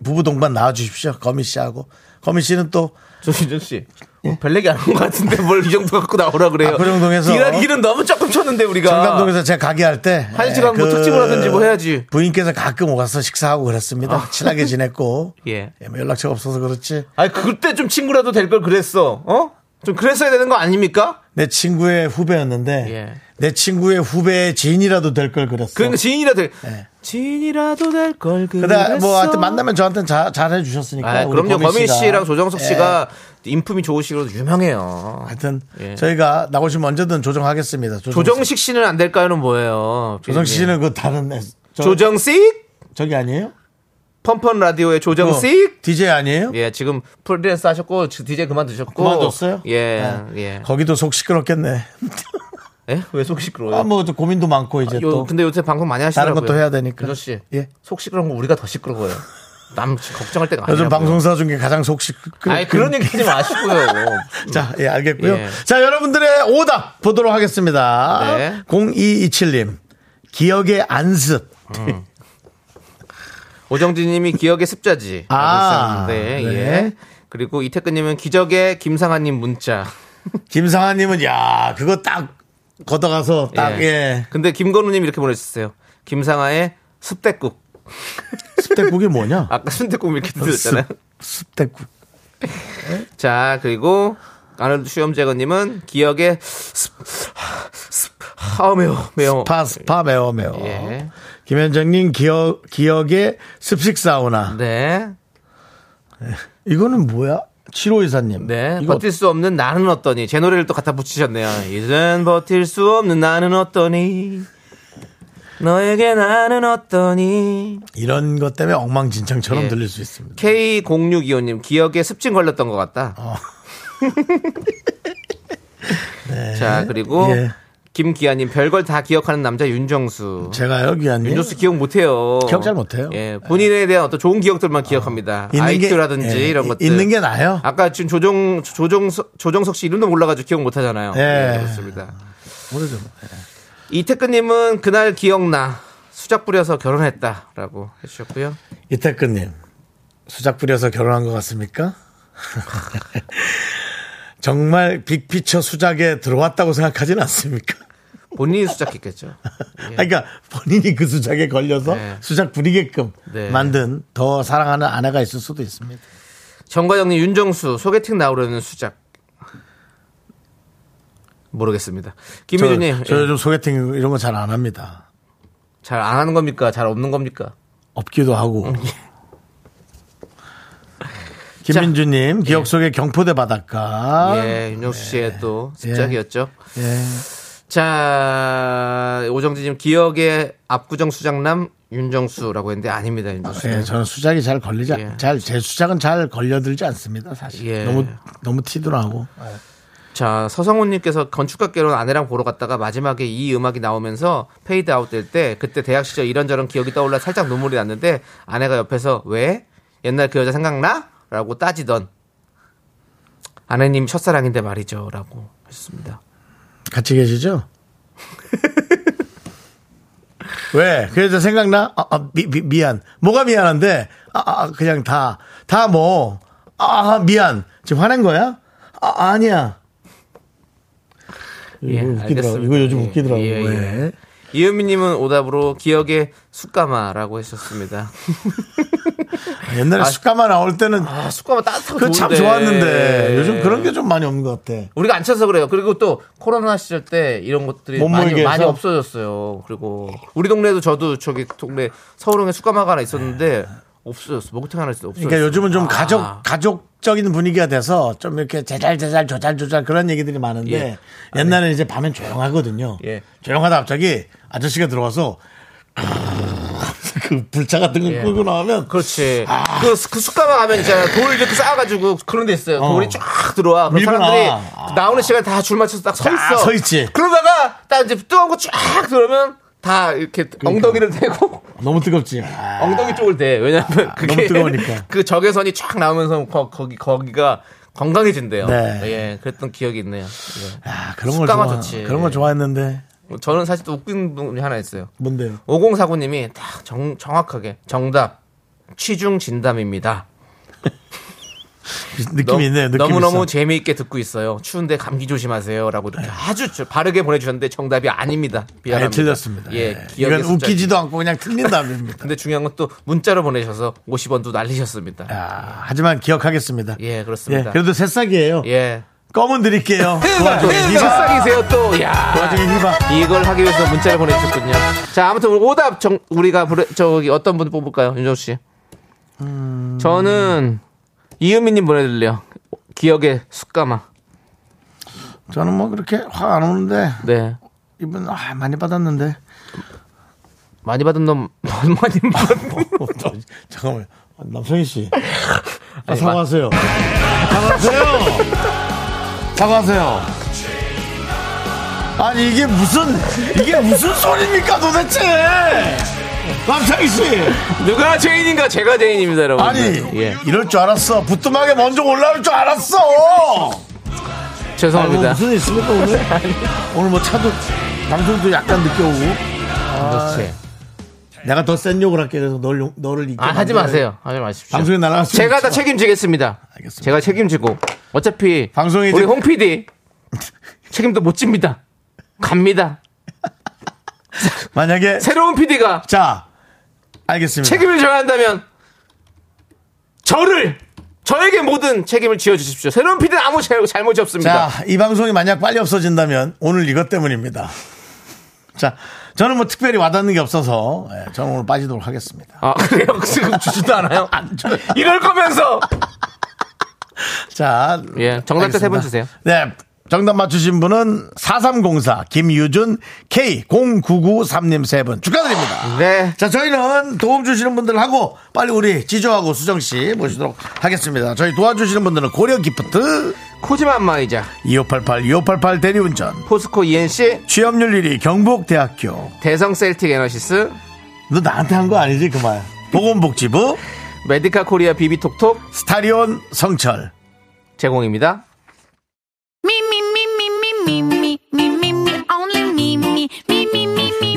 S1: 부부 동반 나와 주십시오. 거미 씨하고. 거미 씨는 또
S2: 조진준 씨. 뭐 별내기 아닌 것 같은데 뭘 이 정도 갖고 나오라 그래요.
S1: 예? 아, 그 정도에서?
S2: 길은, 길은 너무 조금 쳤는데 우리가.
S1: 청담동에서 제가 가게 할 때.
S2: 한
S1: 예,
S2: 시간 뭐 특집을 하든지 뭐 해야지. 아.
S1: 부인께서 가끔 오가서 식사하고 그랬습니다. 친하게 지냈고.
S2: 예.
S1: 뭐 연락처가 없어서 그렇지.
S2: 아니 그때 좀 친구라도 될 걸 그랬어. 어? 좀 그랬어야 되는 거 아닙니까?
S1: 내 친구의 후배였는데.
S2: 예.
S1: 내 친구의 후배의 지인이라도 될 걸 그랬어.
S2: 그러니까 지인이라도 될-
S1: 예.
S2: 지인이라도 될 걸 그랬어.
S1: 그다 뭐 하여튼 만나면 저한테는 자- 잘해 주셨으니까.
S2: 아,
S1: 우리
S2: 그럼요. 거민
S1: 씨가.
S2: 씨랑 조정석
S1: 예. 아,
S2: 씨가 인품이 좋으시고 유명해요.
S1: 하여튼
S2: 예.
S1: 저희가 나오시면 언제든 조정하겠습니다. 조정식,
S2: 조정식 씨는 안 될까요는 뭐예요?
S1: 조정식 씨는 그 다른 애- 저,
S2: 조정식
S1: 저기 아니에요?
S2: 펌펀 라디오의 조정식
S1: DJ 아니에요?
S2: 예, 지금 프리랜서 하셨고 지- DJ 그만두셨고
S1: 아, 그만뒀어요? 아.
S2: 예, 예.
S1: 거기도 속 시끄럽겠네.
S2: 예? 왜속 시끄러워요?
S1: 아, 뭐또 고민도 많고 이제
S2: 요-
S1: 또
S2: 근데 요새 방송 많이 하시더라고요.
S1: 다른 것도 해야 되니까.
S2: 유조 씨,
S1: 예.
S2: 속 시끄러운 거 우리가 더 시끄러워요. 남 걱정할 때가 아니에요.
S1: 요즘 방송사 중에 가장 속 시끄럽.
S2: 아니 그런 얘기 하지 마시고요.
S1: 자, 예, 알겠고요.
S2: 예.
S1: 자, 여러분들의 오답 보도록 하겠습니다.
S2: 네.
S1: 0227님. 기억의 안습.
S2: 오정진님이 기억의 습자지.
S1: 아,
S2: 아, 네.
S1: 네.
S2: 예. 그리고 이태근님은 기적의 김상아님 문자.
S1: 김상아님은 야, 그거 딱 걷어가서 딱 예.
S2: 근데 김건우님 이렇게 보내주셨어요. 김상아의 습대국.
S1: 습대국이 뭐냐?
S2: 아까 순대국 이렇게 드렸잖아요.
S1: 습, 습대국.
S2: 자, 그리고 아놀드 수염재건님은 기억에 습, 하, 습, 하, 매워, 매워.
S1: 파, 스파 매워 매워.
S2: 예.
S1: 김현정님 기억 기억의 습식 사우나.
S2: 네,
S1: 이거는 뭐야? 7호 이사님.
S2: 네.
S1: 이거
S2: 버틸 수 없는 나는 어떠니? 제 노래를 또 갖다 붙이셨네요. 이젠 버틸 수 없는 나는 어떠니? 너에게 나는 어떠니?
S1: 이런 것 때문에 엉망진창처럼
S2: 예.
S1: 들릴 수 있습니다.
S2: K0625님, 기억에 습진 걸렸던 것 같다.
S1: 어.
S2: 자, 그리고
S1: 예.
S2: 김기아님, 별걸 다 기억하는 남자 윤정수.
S1: 제가요, 귀한님.
S2: 윤정수 기억 못해요.
S1: 예. 기억 잘 못해요.
S2: 예, 본인에 대한 어떤 좋은 기억들만 기억합니다. 아이큐라든지
S1: 예,
S2: 이런
S1: 이-
S2: 것들.
S1: 있는 게 나요.
S2: 아까 지금 조정, 조정석, 조정석 씨 이름도 몰라가지고 기억 못하잖아요.
S1: 예.
S2: 예, 그렇습니다.
S1: 모르죠.
S2: 이태근님은 그날 기억나. 수작 부려서 결혼했다라고 해주셨고요.
S1: 이태근님 수작 부려서 결혼한 것 같습니까? 정말 빅피처 수작에 들어왔다고 생각하진 않습니까?
S2: 본인이 수작했겠죠.
S1: 아니, 그러니까 본인이 그 수작에 걸려서
S2: 네.
S1: 수작 부리게끔
S2: 네.
S1: 만든 더 사랑하는 아내가 있을 수도 있습니다.
S2: 정과장님 윤정수 소개팅 나오려는 수작 모르겠습니다. 김혜준님 예.
S1: 저, 저 요즘 소개팅 이런 거 잘 안 합니다.
S2: 잘 안 하는 겁니까? 잘 없는 겁니까?
S1: 없기도
S2: 음,
S1: 하고.
S2: 예.
S1: 김민주님 기억 속의 경포대 바닷가.
S2: 예, 윤정수 씨의 또 습작이었죠.
S1: 아, 네. 예.
S2: 자 오정진님 기억의 압구정 수장남 윤정수라고 했는데 아닙니다 윤정수.
S1: 예, 저는 수작이 잘 걸리지,
S2: 예.
S1: 잘, 제 수작은 잘 걸려들지 않습니다, 사실.
S2: 예.
S1: 너무, 너무 티도 나고.
S2: 자 서성훈님께서 건축학개론 아내랑 보러 갔다가 마지막에 이 음악이 나오면서 페이드 아웃 될 때 그때 대학 시절 이런저런 기억이 떠올라 살짝 눈물이 났는데 아내가 옆에서 왜 옛날 그 여자 생각나? 라고 따지던 아내님 첫사랑인데 말이죠 라고 했습니다
S1: 같이 계시죠? 왜? 그 여자 생각나? 아, 아, 미, 안 뭐가 미안한데? 아, 아, 그냥 다, 다 뭐. 아, 미안. 지금 화낸 거야? 아, 아니야. 이거
S2: 예,
S1: 웃기더라고.
S2: 알겠습니다.
S1: 이거 요즘
S2: 예,
S1: 웃기더라고.
S2: 예, 예.
S1: 왜?
S2: 이은미님은 오답으로 기억의 숯가마라고 했었습니다
S1: 옛날에 숟가마 나올 때는
S2: 아 숯가마 따뜻하고
S1: 그거 참
S2: 좋은데.
S1: 좋았는데 요즘 그런 게 좀 많이 없는 것 같아.
S2: 우리가 안 쳐서 그래요. 그리고 또 코로나 시절 때 이런 것들이
S1: 못
S2: 많이,
S1: 모이게
S2: 많이
S1: 해서?
S2: 없어졌어요. 그리고 우리 동네도 저도 저기 동네 서울흥에 숯가마가 하나 있었는데 없어졌어. 목욕탕 하나 있어 없어졌어.
S1: 네. 그러니까 요즘은 좀
S2: 아.
S1: 가족 가족적인 분위기가 돼서 좀 이렇게 제잘제잘 조잘조잘 그런 얘기들이 많은데
S2: 예.
S1: 옛날에 이제 밤엔 조용하거든요.
S2: 예.
S1: 조용하다 갑자기 아저씨가 들어와서 그 불차 같은 거
S2: 예.
S1: 끌고 나오면
S2: 그렇지.
S1: 아.
S2: 그, 그 숯가마 가면 있잖아. 돌 이렇게 쌓아가지고 그런 데 있어요. 돌이 쫙 들어와. 그럼
S1: 밀고
S2: 사람들이
S1: 나와. 아.
S2: 나오는 시간에 다 줄 맞춰서 딱 서
S1: 쫙
S2: 있어.
S1: 서 있지.
S2: 그러다가 딱 이제 뜨거운 거 쫙 들어오면 다 이렇게
S1: 그러니까.
S2: 엉덩이를 대고
S1: 너무 뜨겁지. 아,
S2: 엉덩이 쪽을 대. 왜냐하면 그게
S1: 너무 뜨거우니까.
S2: 그 적외선이 쫙 나오면서 거, 거기 거기가 건강해진대요.
S1: 네.
S2: 예, 그랬던 기억이 있네요. 예.
S1: 아, 그런 걸
S2: 숯가마
S1: 좋아.
S2: 좋지.
S1: 그런 걸 좋아했는데
S2: 저는 사실 또 웃긴 분이 하나 있어요.
S1: 뭔데요?
S2: 5049님이 딱 정, 정확하게 정답 취중 진담입니다.
S1: 느낌이 있네요. 느낌
S2: 너무 너무
S1: 있어. 네.
S2: 재미있게 듣고 있어요. 추운데 감기 조심하세요라고 이렇게 아주 저- 바르게 보내주셨는데 정답이 아닙니다.
S1: 아예
S2: 미안합니다.
S1: 틀렸습니다.
S2: 예, 기억의
S1: 이건
S2: 숫자.
S1: 웃기지도 않고 그냥 틀린 답입니다.
S2: 근데 중요한 건 또 문자로 보내셔서 50원도 날리셨습니다.
S1: 아, 하지만 기억하겠습니다.
S2: 예,
S1: 예,
S2: 그렇습니다.
S1: 그래도 새싹이에요.
S2: 예.
S1: 껌은 드릴게요. 그
S2: 또
S1: 와중에 희바.
S2: 실상이세요 또. 야.
S1: 그 와중에 희바.
S2: 이걸 하기 위해서 문자를 보내주셨군요. 자, 아무튼 오늘 오답 정, 우리가 부르, 저기 어떤 분 뽑을까요, 윤정 씨? 음. 저는 이은미님 보내드릴래요. 기억의 숯가마.
S1: 저는 뭐 그렇게 화 안 오는데
S2: 네.
S1: 이분 아, 많이 받았는데
S2: 많이 받은 놈 많이 받은 놈.
S1: 어, 저, 잠깐만 남성희 씨 아, 사과하세요 사과하세요 사과하세요 아니 이게 무슨 이게 무슨 소리입니까 도대체 남창희 씨
S2: 누가 죄인인가 제가 죄인입니다, 여러분.
S1: 아니
S2: 예.
S1: 이럴 줄 알았어 부뚜막에 먼저 올라올 줄 알았어 아니, 뭐
S2: 죄송합니다.
S1: 무슨 일 있습니까 오늘 오늘 뭐 차도 방송도 약간 늦게 오고
S2: 그렇지.
S1: 내가 더 센 욕을 할게 그래서 널, 욕- 너를 이렇게
S2: 아, 하지
S1: 만들어야-
S2: 마세요. 하지 마십시오.
S1: 방송에 날아갈 수
S2: 제가 다
S1: 있죠.
S2: 책임지겠습니다.
S1: 알겠습니다.
S2: 제가 책임지고 어차피
S1: 방송이
S2: 우리
S1: 이제-
S2: 홍 PD 책임도 못 집니다. 갑니다.
S1: 만약에
S2: 새로운 PD가
S1: 자 알겠습니다.
S2: 책임을 져야 한다면 저를 저에게 모든 책임을 지어주십시오. 새로운 피디는 아무 잘- 잘못이 없습니다.
S1: 자, 이 방송이 만약 빨리 없어진다면 오늘 이것 때문입니다. 자, 저는 뭐 특별히 와닿는 게 없어서 예, 저는 오늘 빠지도록 하겠습니다.
S2: 아, 그래요? 지금 주지도 않아요?
S1: 안 줘요.
S2: 이럴 거면서!
S1: 자,
S2: 예, 정답자 세분
S1: 알겠습니다.
S2: 주세요.
S1: 네. 정답 맞추신 분은 4304 김유준 K0993님 세 분 축하드립니다.
S2: 네.
S1: 자, 저희는 도움 주시는 분들하고 빨리 우리 지조하고 수정 씨 모시도록 하겠습니다. 저희 도와주시는 분들은 고려 기프트
S2: 코지마 안마의자,
S1: 2588 2588 대리운전
S2: 포스코 ENC,
S1: 취업률 1위 경북대학교
S2: 대성 셀틱 에너시스,
S1: 너 나한테 한 거 아니지 그 말. 보건복지부
S2: 메디카 코리아 비비톡톡
S1: 스타리온 성철
S2: 제공입니다.
S6: Me, me, me, me, me, me, me, me, me, me, only me, me, me, me, me, me.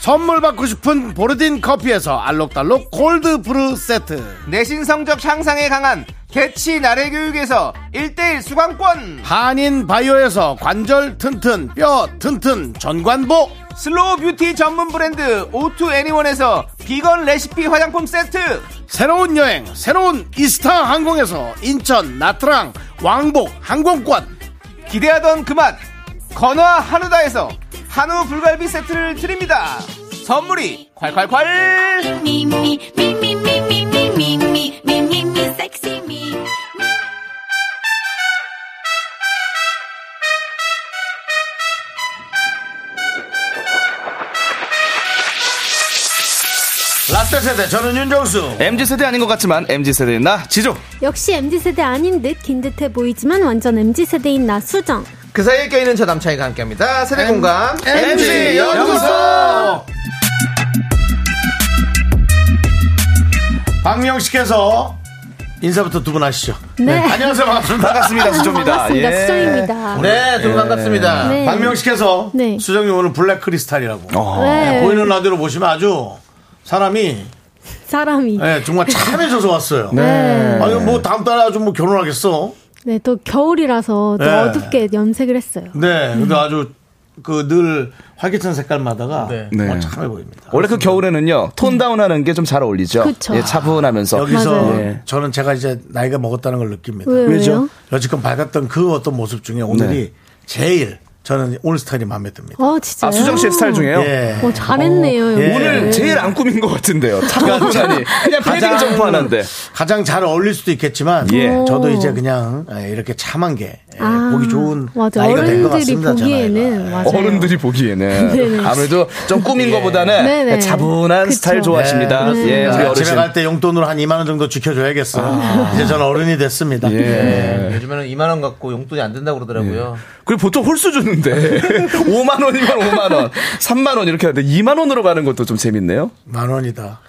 S1: 선물 받고 싶은 보르딘 커피에서 알록달록 골드 브루 세트
S2: 내신 성적 향상에 강한 개치 나래 교육에서 1대1 수강권,
S1: 한인 바이오에서 관절 튼튼 뼈 튼튼 전관보
S2: 슬로우 뷰티 전문 브랜드 오투 애니원에서 비건 레시피 화장품 세트,
S1: 새로운 여행 새로운 이스타 항공에서 인천 나트랑 왕복 항공권
S2: 기대하던 그 맛 건화 한우다에서 한우 불갈비 세트를 드립니다 선물이 콸콸콸
S6: Me, me, me, me, me, me, me, me, me, me, me, me, sexy me.
S1: 라떼 세대 네, 저는 윤정수
S5: MZ세대 아닌 것 같지만 MZ세대인 나 지조
S9: 역시 MZ세대 아닌 듯 긴 듯해 보이지만 완전 MZ세대인 나 수정.
S2: 그 사이에 껴있는 저 남창이가 함께합니다 세대 공감
S1: MG 연구소 박명식께서 인사부터 두 분 하시죠.
S9: 네.
S1: 안녕하세요. 반갑습니다.
S5: 반갑습니다 지조입니다
S9: 반갑습니다.
S5: 예.
S9: 수정입니다.
S1: 네, 두 분 반갑습니다.
S9: 네.
S1: 박명식께서
S9: 네.
S1: 수정님 오늘 블랙 크리스탈이라고.
S9: 네.
S1: 보이는 라디오로 보시면 아주 사람이
S9: 사람이.
S1: 예, 정말 참해져서 왔어요.
S9: 네.
S1: 아니 뭐 다음 달에 아주 뭐 결혼하겠어.
S9: 네, 또 겨울이라서 또
S1: 네.
S9: 어둡게 염색을 했어요.
S1: 네. 근데 아주 그 늘 활기찬 색깔마다가 정말
S5: 네.
S1: 참해 보입니다.
S5: 원래 그 겨울에는요 톤 다운하는 게 좀 잘 어울리죠
S9: 그쵸.
S5: 예, 차분하면서
S1: 여기서
S9: 맞아요.
S1: 예. 저는 제가 이제 나이가 먹었다는 걸 느낍니다.
S9: 네. 왜요?
S5: 왜죠?
S9: 왜요?
S1: 여지껏 밝았던 그 어떤 모습 중에 오늘이 제일 저는 오늘 스타일이 마음에 듭니다.
S9: 어, 진짜.
S5: 아 수정 씨 스타일 중에요
S1: 예.
S9: 어, 잘했네요.
S1: 예.
S5: 오늘 제일 안 꾸민 것 같은데요 차분하니 그냥 패딩 점프 하는데
S1: 가장 잘 어울릴 수도 있겠지만
S5: 예.
S1: 저도 이제 그냥 예, 이렇게 참한 게 예,
S9: 아,
S1: 보기 좋은
S9: 맞아.
S1: 나이가 된 것
S9: 어른들이
S1: 같습니다. 예. 저
S9: 보기에는
S1: 나이가.
S9: 맞아요.
S5: 어른들이 보기에는
S9: 네네.
S5: 아무래도 좀
S1: 예.
S5: 꾸민 것보다는
S9: 네네.
S5: 차분한
S9: 그쵸.
S5: 스타일 좋아하십니다.
S9: 네.
S5: 예, 우리
S1: 아, 집에
S5: 어르신.
S1: 갈 때 용돈으로 한 2만 원 정도 지켜줘야겠어.
S9: 아.
S1: 이제 저는 어른이 됐습니다.
S2: 네.
S5: 예.
S2: 요즘에는 2만원 갖고 용돈이 안 된다고 그러더라고요
S5: 그리고 보통 홀수 주는데 5만 원이면 5만 원, 3만 원 이렇게 하는데 2만 원으로 가는 것도 좀 재밌네요.
S1: 만 원이다.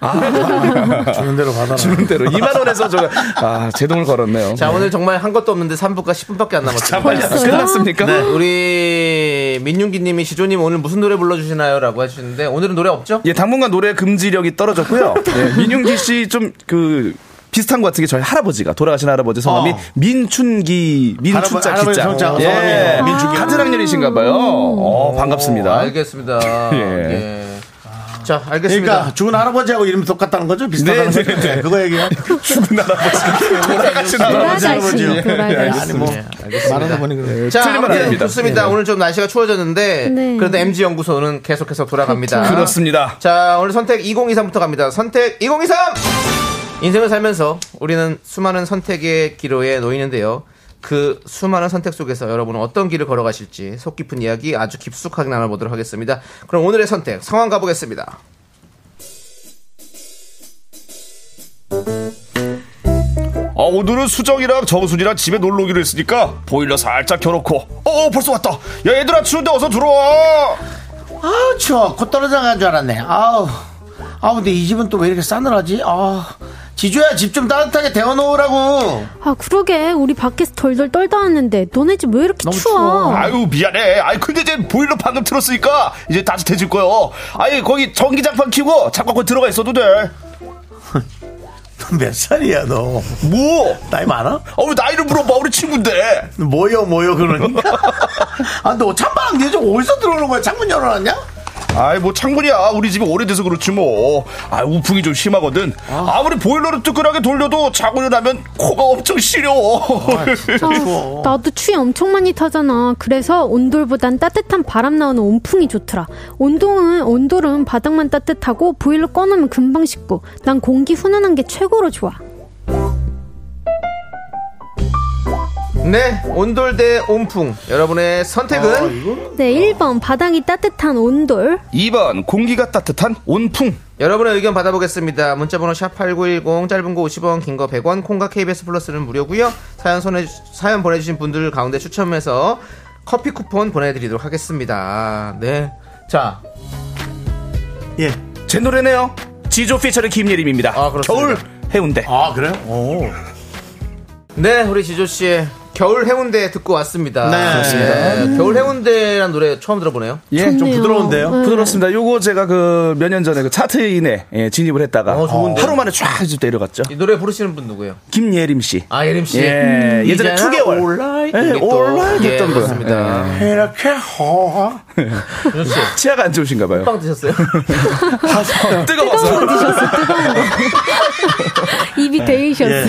S1: 주는 대로 받아라.
S5: 아. 주는 대로 2만 원에서 제가 아 제동을 걸었네요.
S2: 자 오늘 정말 한 것도 없는데 3분과 10분밖에 안 남았어요 네,
S5: 아, 끝났습니까?
S1: 네.
S2: 우리 민윤기님이 시조님 오늘 무슨 노래 불러주시나요? 라고 해주시는데 오늘은 노래 없죠?
S5: 예, 당분간 노래 금지력이 떨어졌고요. 예, 민윤기 씨 좀 그 비슷한 것 같은 게 저희 할아버지가 돌아가신 할아버지 성함이
S1: 어.
S5: 민춘기 민춘자
S1: 할아버지
S5: 기자
S1: 성자,
S5: 예,
S1: 성함이에요. 아,
S5: 민춘기 하드랑년이신가봐요.
S9: 음.
S5: 어, 반갑습니다.
S2: 알겠습니다
S5: 예.
S2: 예. 자 알겠습니다
S1: 그러니까 죽은 할아버지하고 이름이 똑같다는 거죠? 비슷하다는
S5: 네,
S1: 거죠?
S5: 네, 네.
S1: 네, 그거 얘기요.
S5: 죽은 할아버지 돌아가신 할아버지.
S9: 돌아가신,
S1: 할아버지요.
S9: 돌아가신.
S1: 아니 뭐 말하다 보니 그래.
S2: 자,
S5: 틀린 말
S2: 아무튼
S5: 아닙니다. 네.
S2: 좋습니다. 오늘 좀 날씨가 추워졌는데
S9: 네.
S2: 그래도 MG 연구소는 계속해서 돌아갑니다.
S5: 그렇습니다.
S2: 자, 오늘 선택 2023부터 갑니다. 선택 2023. 인생을 살면서 우리는 수많은 선택의 기로에 놓이는데요. 그 수많은 선택 속에서 여러분은 어떤 길을 걸어가실지 속 깊은 이야기 아주 깊숙하게 나눠보도록 하겠습니다. 그럼 오늘의 선택 상황 가보겠습니다.
S5: 아, 오늘은 수정이랑 정순이랑 집에 놀러 오기로 했으니까 보일러 살짝 켜놓고 어 벌써 왔다 야 얘들아 추운데 어서 들어와
S1: 아우 추워 곧 떨어져 가는 줄 알았네 아우 아우 근데 이 집은 또 왜 이렇게 싸늘하지 아 지조야 집 좀 따뜻하게 데워놓으라고.
S9: 아 그러게 우리 밖에서 덜덜 떨다 왔는데 너네 집 왜 이렇게
S1: 너무
S9: 추워?
S1: 추워.
S7: 아유 미안해. 아이 근데 이제 보일러 방금 틀었으니까 이제 따뜻해질 거요. 아이 거기 전기장판 키고 잠깐 거기 들어가 있어도 돼.
S1: 너 몇 살이야 너?
S7: 뭐?
S1: 나이 많아?
S7: 어왜 나이를 물어봐 우리 친구인데.
S1: 뭐여 뭐여 그러니까. 아너 어, 찬바람 니저 어디서 들어오는 거야? 창문 열어놨냐?
S7: 아이 뭐 창문이야 우리 집이 오래돼서 그렇지 뭐. 아 우풍이 좀 심하거든. 아무리 보일러를 뜨끈하게 돌려도 자고 일어나면 코가 엄청 시려.
S9: 아, 나도 추위 엄청 많이 타잖아. 그래서 온돌보단 따뜻한 바람 나오는 온풍이 좋더라. 온돌은 온돌은 바닥만 따뜻하고 보일러 꺼놓으면 금방 식고. 난 공기 훈훈한 게 최고로 좋아.
S2: 네, 온돌 대 온풍. 여러분의
S5: 어, 예.
S2: 선택은
S9: 네, 1번 바닥이 따뜻한 온돌.
S7: 2번 공기가 따뜻한 온풍.
S2: 여러분의 의견 받아보겠습니다. 문자번호 샵8910, 짧은 거 50원, 긴 거 100원, 콩과 KBS 플러스는 무료고요 사연, 손해, 사연 보내주신 분들 가운데 추첨해서 커피 쿠폰 보내드리도록 하겠습니다. 네. 자,
S1: 예.
S5: 제 노래네요. 지조 피처링 김예림입니다.
S2: 아, 그렇습니다.
S5: 겨울 해운대.
S1: 아 그래요? 오.
S2: 네, 우리 지조 씨의 겨울 해운대 듣고 왔습니다.
S1: 네. 그렇습니다.
S2: 겨울 해운대란 노래 처음 들어보네요.
S5: 예,
S9: 좋네요. 네.
S5: 부드럽습니다. 요거 제가 그 몇 년 전에 그 차트인에 예, 진입을 했다가
S2: 어, 좋은데.
S5: 하루 만에 쫙 이제 내려갔죠.
S2: 이 노래 부르시는 분 누구예요?
S5: 김예림 씨.
S2: 아, 예림 씨.
S5: 예, 예전에
S2: 이제는
S5: 2개월.
S1: 온라인.
S5: 예,
S2: 이게 또-
S5: 온라인
S2: 예,
S5: 했던 거예요.
S1: 어.
S2: 그렇습니다.
S1: 이렇게 허.
S2: 지조 씨,
S5: 치아가 안 좋으신가 봐요.
S2: 빵 드셨어요?
S7: 아,
S9: 뜨거운 거 드셨어, 뜨거운 거. 입이 데이셨어.
S1: 예.
S5: 네.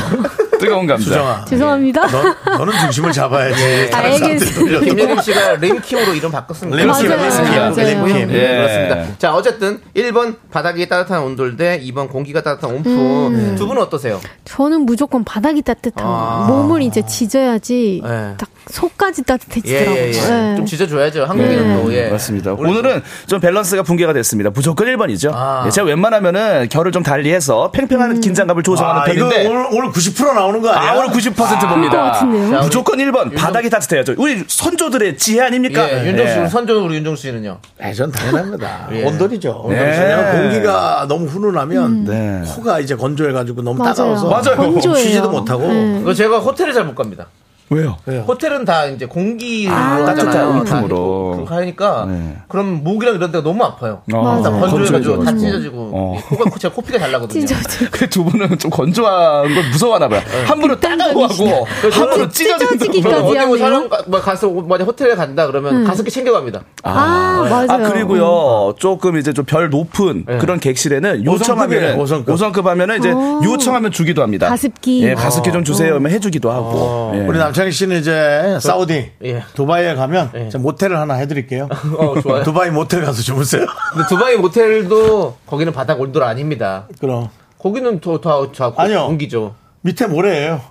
S5: 뜨거운 감자.
S1: 수정아.
S9: 죄송합니다.
S1: 예. 너, 너는 중심을 잡아야지. 다른 사람들
S9: 알겠습니다.
S1: 돌려도.
S2: 김예림 씨가 림킴으로 이름 바꿨습니다.
S1: 램킴,
S9: 맞아요.
S1: 램킴,
S9: 맞아요.
S1: 램킴.
S2: 네,
S5: 예.
S2: 그렇습니다. 자, 어쨌든 1번 바닥이 따뜻한 온돌대, 2번 공기가 따뜻한 온풍. 네. 두 분은 어떠세요?
S9: 저는 무조건 바닥이 따뜻한
S2: 아.
S9: 거. 몸을 이제 지져야지
S2: 예.
S9: 딱 속까지
S2: 예,
S9: 따뜻해지더라고요.
S2: 예, 예.
S9: 예.
S2: 좀 지져줘야죠. 한국인은
S5: 네.
S2: 또, 예.
S5: 맞습니다. 오늘은 좀 밸런스가 붕괴가 됐습니다. 무조건 1번이죠. 예,
S2: 아.
S5: 제가 웬만하면은 결을 좀 달리해서 팽팽한
S9: 음.
S5: 긴장감을 조성하는
S1: 아, 이거
S5: 편인데
S1: 오늘, 오늘 90% 나오는 거 아니야?
S5: 아, 오늘 90% 봅니다.
S9: 같은데요?
S2: 자,
S5: 무조건 1번 바닥이 따뜻해야죠. 우리 선조들의 지혜 아닙니까?
S2: 예, 윤정 씨, 선조 우리 윤정 씨는요?
S1: 아, 전 당연합니다.
S2: 예.
S1: 온돌이죠.
S5: 네.
S1: 왜냐면 공기가 너무 훈훈하면
S5: 네.
S1: 코가 이제 건조해가지고 너무
S9: 음. 맞아요.
S1: 따가워서 뭐
S5: 맞아요.
S9: 건조해요.
S1: 쉬지도 못하고.
S9: 예.
S2: 이거 제가 호텔을 잘 못 갑니다.
S5: 왜요?
S1: 그래요.
S2: 호텔은 다 이제 공기로
S5: 따뜻한
S2: 하잖아요.
S5: 온풍으로.
S2: 다 하니까
S5: 네.
S2: 그럼 목이랑 이런 데가 너무 아파요.
S5: 어,
S2: 다 건조해가지고 다
S5: 건조해져가지고.
S2: 찢어지고
S5: 어.
S2: 예, 코가 제가 코피가 잘 나거든요.
S9: 찢어져.
S5: 그 두 분은 좀 건조한 걸 무서워하나 봐요. 한 분은 따가워 하고,
S2: 그래서
S5: 한 분은
S2: 저는
S5: 찢어지는
S9: 그러니까 찢어지기까지
S5: 거.
S2: 저는 어디 뭐
S9: 하네요. 음.
S2: 사람 가- 뭐 가서 만약 호텔에 간다 그러면 가습기 챙겨갑니다.
S9: 아, 맞아요.
S5: 아,
S9: 음.
S5: 그리고요, 조금 이제 좀 별 높은 그런 객실에는 요청하면은,
S1: 오성급이에요, 오성급.
S5: 하면은 이제
S9: 오.
S5: 요청하면 주기도 합니다.
S9: 어. 가습기. 어.
S5: 예, 가습기 좀 주세요. 하면 해주기도 하고. 예.
S1: 우리 남창희 씨는 이제 사우디
S2: 예.
S1: 두바이에 가면
S2: 예.
S1: 제가 모텔을 하나 해드릴게요.
S2: 어, 좋아요.
S1: 두바이 모텔 가서 주무세요.
S2: 근데 두바이 모텔도 거기는 바닥 온돌 아닙니다.
S1: 그럼
S2: 거기는 더다 다,
S1: 아니요.
S2: 공기죠.
S1: 밑에 모래예요.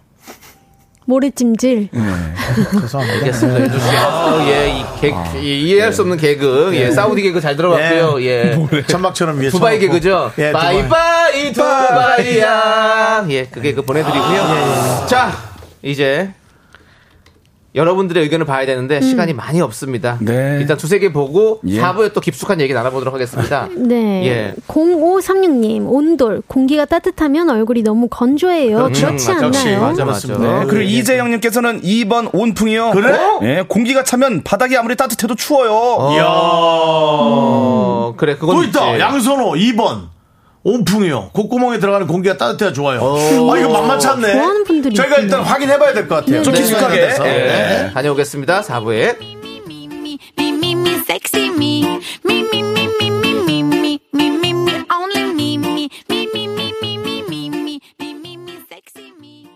S9: 모래찜질.
S1: 죄송합니다.
S2: 알겠습니다. 윤주 씨. 아, 예, 이 개, 이- 이해할 수 없는 개그. 예, 사우디 개그 잘 들어봤고요. 예.
S1: 천막처럼 위에
S2: 두바이
S1: 쳐놓고.
S2: 개그죠?
S1: 뭐, 예, 두바이.
S2: 바이바이 두바이야. 예, 그게 그 보내드리고요. 자, 이제 여러분들의 의견을 봐야
S9: 음.
S2: 되는데 시간이 많이 없습니다.
S5: 네.
S2: 일단 두세 개 보고
S5: 예.
S2: 사부에또 깊숙한 얘기 나눠보도록 하겠습니다.
S9: 네.
S2: 예.
S9: 0536님, 온돌. 공기가 따뜻하면 얼굴이 너무 건조해요.
S2: 그렇죠.
S9: 그렇지
S2: 맞아,
S1: 역시.
S9: 않나요?
S2: 맞아, 맞아.
S1: 그렇습니다.
S5: 네, 그리고
S2: 예.
S5: 이재영님께서는 2번 온풍이요. 그래? 예, 공기가 차면 바닥이 아무리 따뜻해도 추워요.
S1: 이야.
S2: 어, 그래, 그건
S1: 음. 또 있다.
S2: 있지.
S1: 양선호 2번. 온풍이요. 콧구멍에 들어가는 공기가 따뜻해야 좋아요. 아, 이거 만만치 않네.
S9: 좋아하는 분들이
S1: 저희가
S9: 있군요.
S1: 일단 확인해봐야 될 것 같아요.
S9: 네, 좀
S1: 네.
S5: 깊숙하게.
S1: 시간이 돼서.
S5: 예.
S1: 네.
S2: 다녀오겠습니다. 사부에
S6: me, me, me, me, sexy me. Me, me, me, me, me, me, me, me, me, me, only me, me, me, me, me, me, me, me, me, me, me, me, sexy me.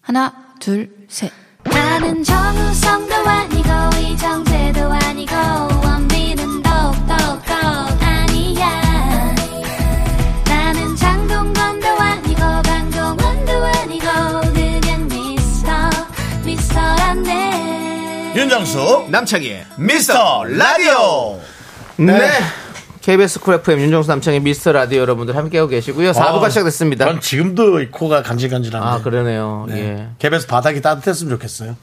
S3: 하나, 둘, 셋.
S6: 나는 정우성도 아니고 이정재도 아니고 원빈은 더욱더 아니야 나는 장동건도 아니고 강동원도 아니고 그냥 미스터 미스터란데
S1: 윤정수.
S2: 남창희의
S1: 미스터 라디오.
S2: 네. KBS 쿨 FM 윤정수 남창의 미스터 라디오 여러분들 함께하고 계시고요. 4부가
S1: 아,
S2: 시작됐습니다.
S1: 전 지금도 이 코가 간질간질한데.
S2: 아, 그러네요. 예.
S1: 개베스 바닥이 따뜻했으면 좋겠어요.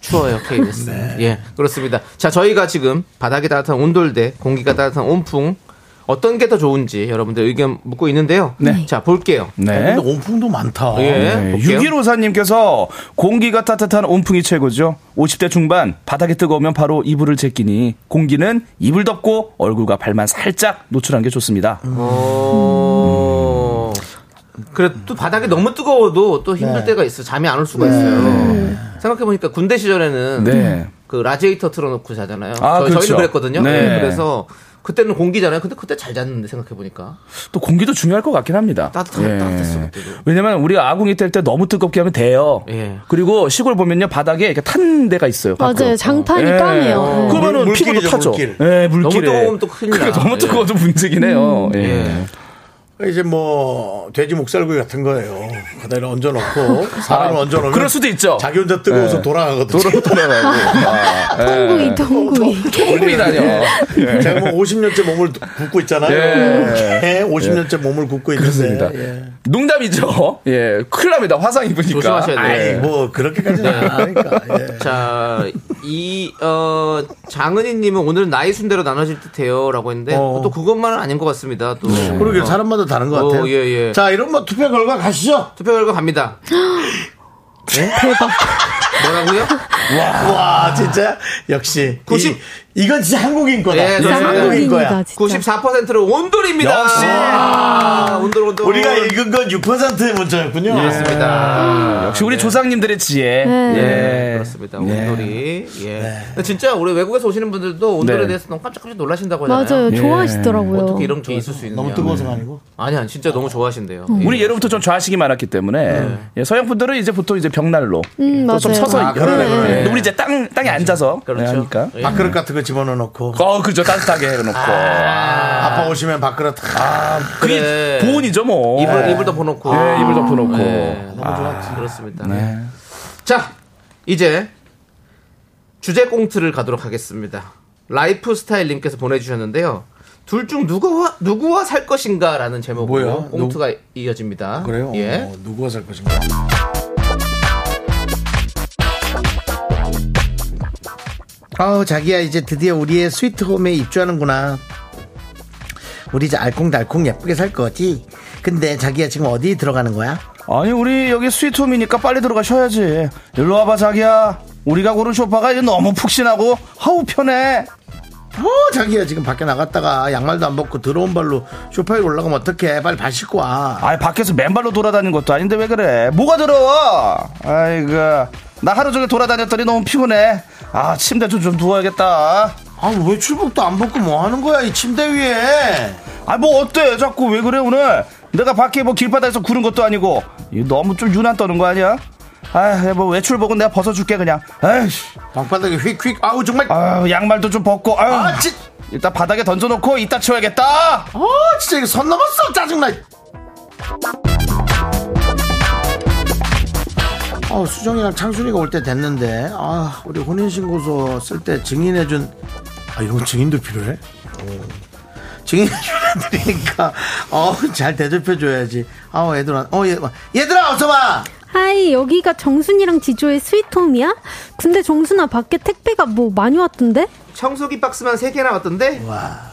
S2: 추워요, KBS.
S1: 네.
S2: 예, 그렇습니다. 자, 저희가 지금 바닥이 따뜻한 온돌대, 공기가 따뜻한 온풍, 어떤 게 더 좋은지 여러분들 의견 묻고 있는데요.
S5: 네.
S2: 자, 볼게요.
S5: 네.
S1: 아, 근데 온풍도 많다.
S2: 예.
S5: 네.
S2: 볼게요.
S5: 6154님께서 공기가 따뜻한 온풍이 최고죠. 50대 중반 바닥이 뜨거우면 바로 이불을 제끼니 공기는 이불 덮고 얼굴과 발만 살짝 노출한 게 좋습니다.
S2: 어. 그래 또 바닥이 너무 뜨거워도 또 힘들 때가 있어 잠이 안 올 수가 있어요. 생각해 보니까 군대 시절에는
S5: 네.
S2: 그 라디에이터 틀어놓고 자잖아요.
S5: 아,
S2: 저희,
S5: 그렇죠.
S2: 도 그랬거든요.
S5: 네.
S2: 네, 그래서 그때는 공기잖아요. 근데 그때 잘 잤는데 생각해 보니까
S5: 또 공기도 중요할 것 같긴 합니다. 예.
S2: 따뜻하- 따뜻했어, 그때도.
S5: 왜냐면 우리가 아궁이 뗄 때 너무 뜨겁게 하면 돼요.
S2: 예.
S5: 그리고 시골 보면요 바닥에 이렇게 탄 데가 있어요. 가끔.
S9: 맞아요. 장판이
S5: 예.
S9: 까매요. 네.
S5: 어. 그러면은
S1: 물-
S5: 피부도
S1: 물길이죠,
S5: 타죠.
S1: 물길.
S5: 예, 물길에.
S2: 너무 뜨거우면 또 큰일
S5: 그러니까
S2: 나.
S5: 너무
S2: 예.
S5: 뜨거워도 문제긴 해요. 예.
S2: 예.
S1: 이제 뭐 돼지 목살구이 같은 거예요. 그대로 얹어 놓고 사람을
S5: 아,
S1: 얹어 놓으면
S5: 그럴 수도 있죠.
S1: 자기 혼자 뜨거워서 돌아가거든요.
S5: 도로 돌아가고.
S9: 통구이, 통구이.
S5: 돌이 다녀.
S1: 제가 뭐 50년째 몸을 굽고 있잖아요.
S5: 예.
S1: 예, 50년째 몸을 굽고
S5: 그렇습니다.
S1: 있는데. 예.
S5: 농담이죠. 예, 큰일 납니다. 화상 입으니까.
S2: 조심하셔야 돼요.
S5: 예.
S1: 아이, 뭐 그렇게까지는 안 하니까. 예.
S2: 자, 이, 어, 장은희님은 오늘 나이 순대로 나눠질 듯해요라고 했는데
S1: 어.
S2: 또 그것만은 아닌 것 같습니다. 또
S1: 그러게
S5: 네.
S2: 어.
S1: 사람마다 다른 것
S2: 어,
S1: 같아요.
S2: 예, 예.
S1: 자, 이런 뭐 투표 결과 가시죠.
S2: 투표 결과 갑니다.
S5: 네.
S2: 대박. 뭐라고요?
S1: 와, 진짜 역시
S2: 90.
S1: 이, 이건 진짜 한국인 거다.
S2: 예,
S1: 이건
S2: 그렇습니다.
S1: 한국인 거야.
S9: 한국인이다, 진짜.
S2: 94%로 온돌입니다.
S1: 역시.
S2: 아, 온돌 온돌.
S1: 우리가 읽은 건 6%의 문자였군요.
S2: 예. 그렇습니다.
S1: 아.
S5: 역시 우리 조상님들의 지혜.
S2: 예.
S5: 예.
S2: 네. 그렇습니다.
S1: 네.
S2: 온돌이. 예. 근데 진짜 우리 외국에서 오시는 분들도 온돌에
S5: 네.
S2: 대해서 너무 깜짝깜짝 놀라신다고 하잖아요. 네.
S9: 맞아요. 좋아하시더라고요.
S2: 예. 어떻게 이런 게 있을 수 있느냐.
S1: 너무 뜨거워서가 아니고.
S2: 아니, 아니, 진짜 너무 좋아하신대요.
S9: 음.
S2: 예.
S5: 우리 예로부터 좀 좌식이 많았기 때문에 예, 서양 분들은 이제 보통 이제 벽난로
S9: 음,
S5: 또 좀
S9: 맞아요.
S5: 서서
S1: 아, 그러네,
S5: 예.
S1: 그러네.
S5: 근데 우리 이제 땅 땅에 앉아서 예,
S2: 그렇죠.
S5: 하니까
S2: 예.
S1: 밥그릇 같은 거 집어넣어 놓고.
S5: 어 그죠 따뜻하게 해놓고
S1: 아. 빠 오시면 밥그릇 다.
S5: 그게
S2: 그래.
S5: 보온이죠 뭐
S1: 네.
S2: 이불, 이불 덮어놓고.
S5: 예, 이불 덮어놓고
S2: 아.
S1: 아.
S2: 네, 너무 좋았지. 그렇습니다.
S1: 네.
S2: 자, 이제 주제 꽁트를 가도록 하겠습니다. 라이프 스타일님께서 보내주셨는데요. 둘 중 누구와, 누구와 살 것인가 라는 제목으로
S1: 뭐야?
S2: 꽁트가 이어집니다.
S1: 그래요?
S2: 예.
S1: 어, 누구가 살 것인가? 아우 자기야 이제 드디어 우리의 스위트홈에 입주하는구나. 우리 이제 알콩달콩 예쁘게 살 거지. 근데 자기야 지금 어디 들어가는 거야?
S5: 아니 우리 여기 스위트홈이니까 빨리 들어가셔야지 일로 와봐 자기야 우리가 고른 소파가 이거 너무 푹신하고 하우 편해
S1: 어 자기야 지금 밖에 나갔다가 양말도 안 벗고 더러운 발로 쇼파에 올라가면 어떡해? 빨리 발 씻고 와.
S5: 아이 밖에서 맨발로 돌아다니는 것도 아닌데 왜 그래 뭐가 더러워 아이고 나 하루 종일 돌아다녔더니 너무 피곤해 아 침대 좀, 좀 누워야겠다
S1: 아 왜 출복도 안 벗고 뭐 하는 거야 이 침대 위에?
S5: 아 뭐 어때 자꾸 왜 그래 오늘 내가 밖에 뭐 길바닥에서 구른 것도 아니고 이거 너무 좀 유난 떠는 거 아니야 아뭐 외출복은 내가 벗어줄게 그냥 아이씨
S1: 방바닥에 휙휙 아우 정말
S5: 아유, 양말도 좀 벗고 아유
S1: 아 진.
S5: 일단 바닥에 던져놓고 이따 치워야겠다
S1: 아 진짜 이거 선 넘었어 짜증나 어, 수정이랑 창순이가 올 때 됐는데 아 우리 혼인신고서 쓸 때 증인해준 아 이런 거 증인도 필요해? 어. 증인해주니까 어잘 대접해줘야지 아우 얘들아 어 얘, 얘들아 어서와
S9: 하이 여기가 정순이랑 지조의 스위트홈이야? 근데 정순아 밖에 택배가 뭐 많이 왔던데?
S2: 청소기 박스만 3개 나왔던데?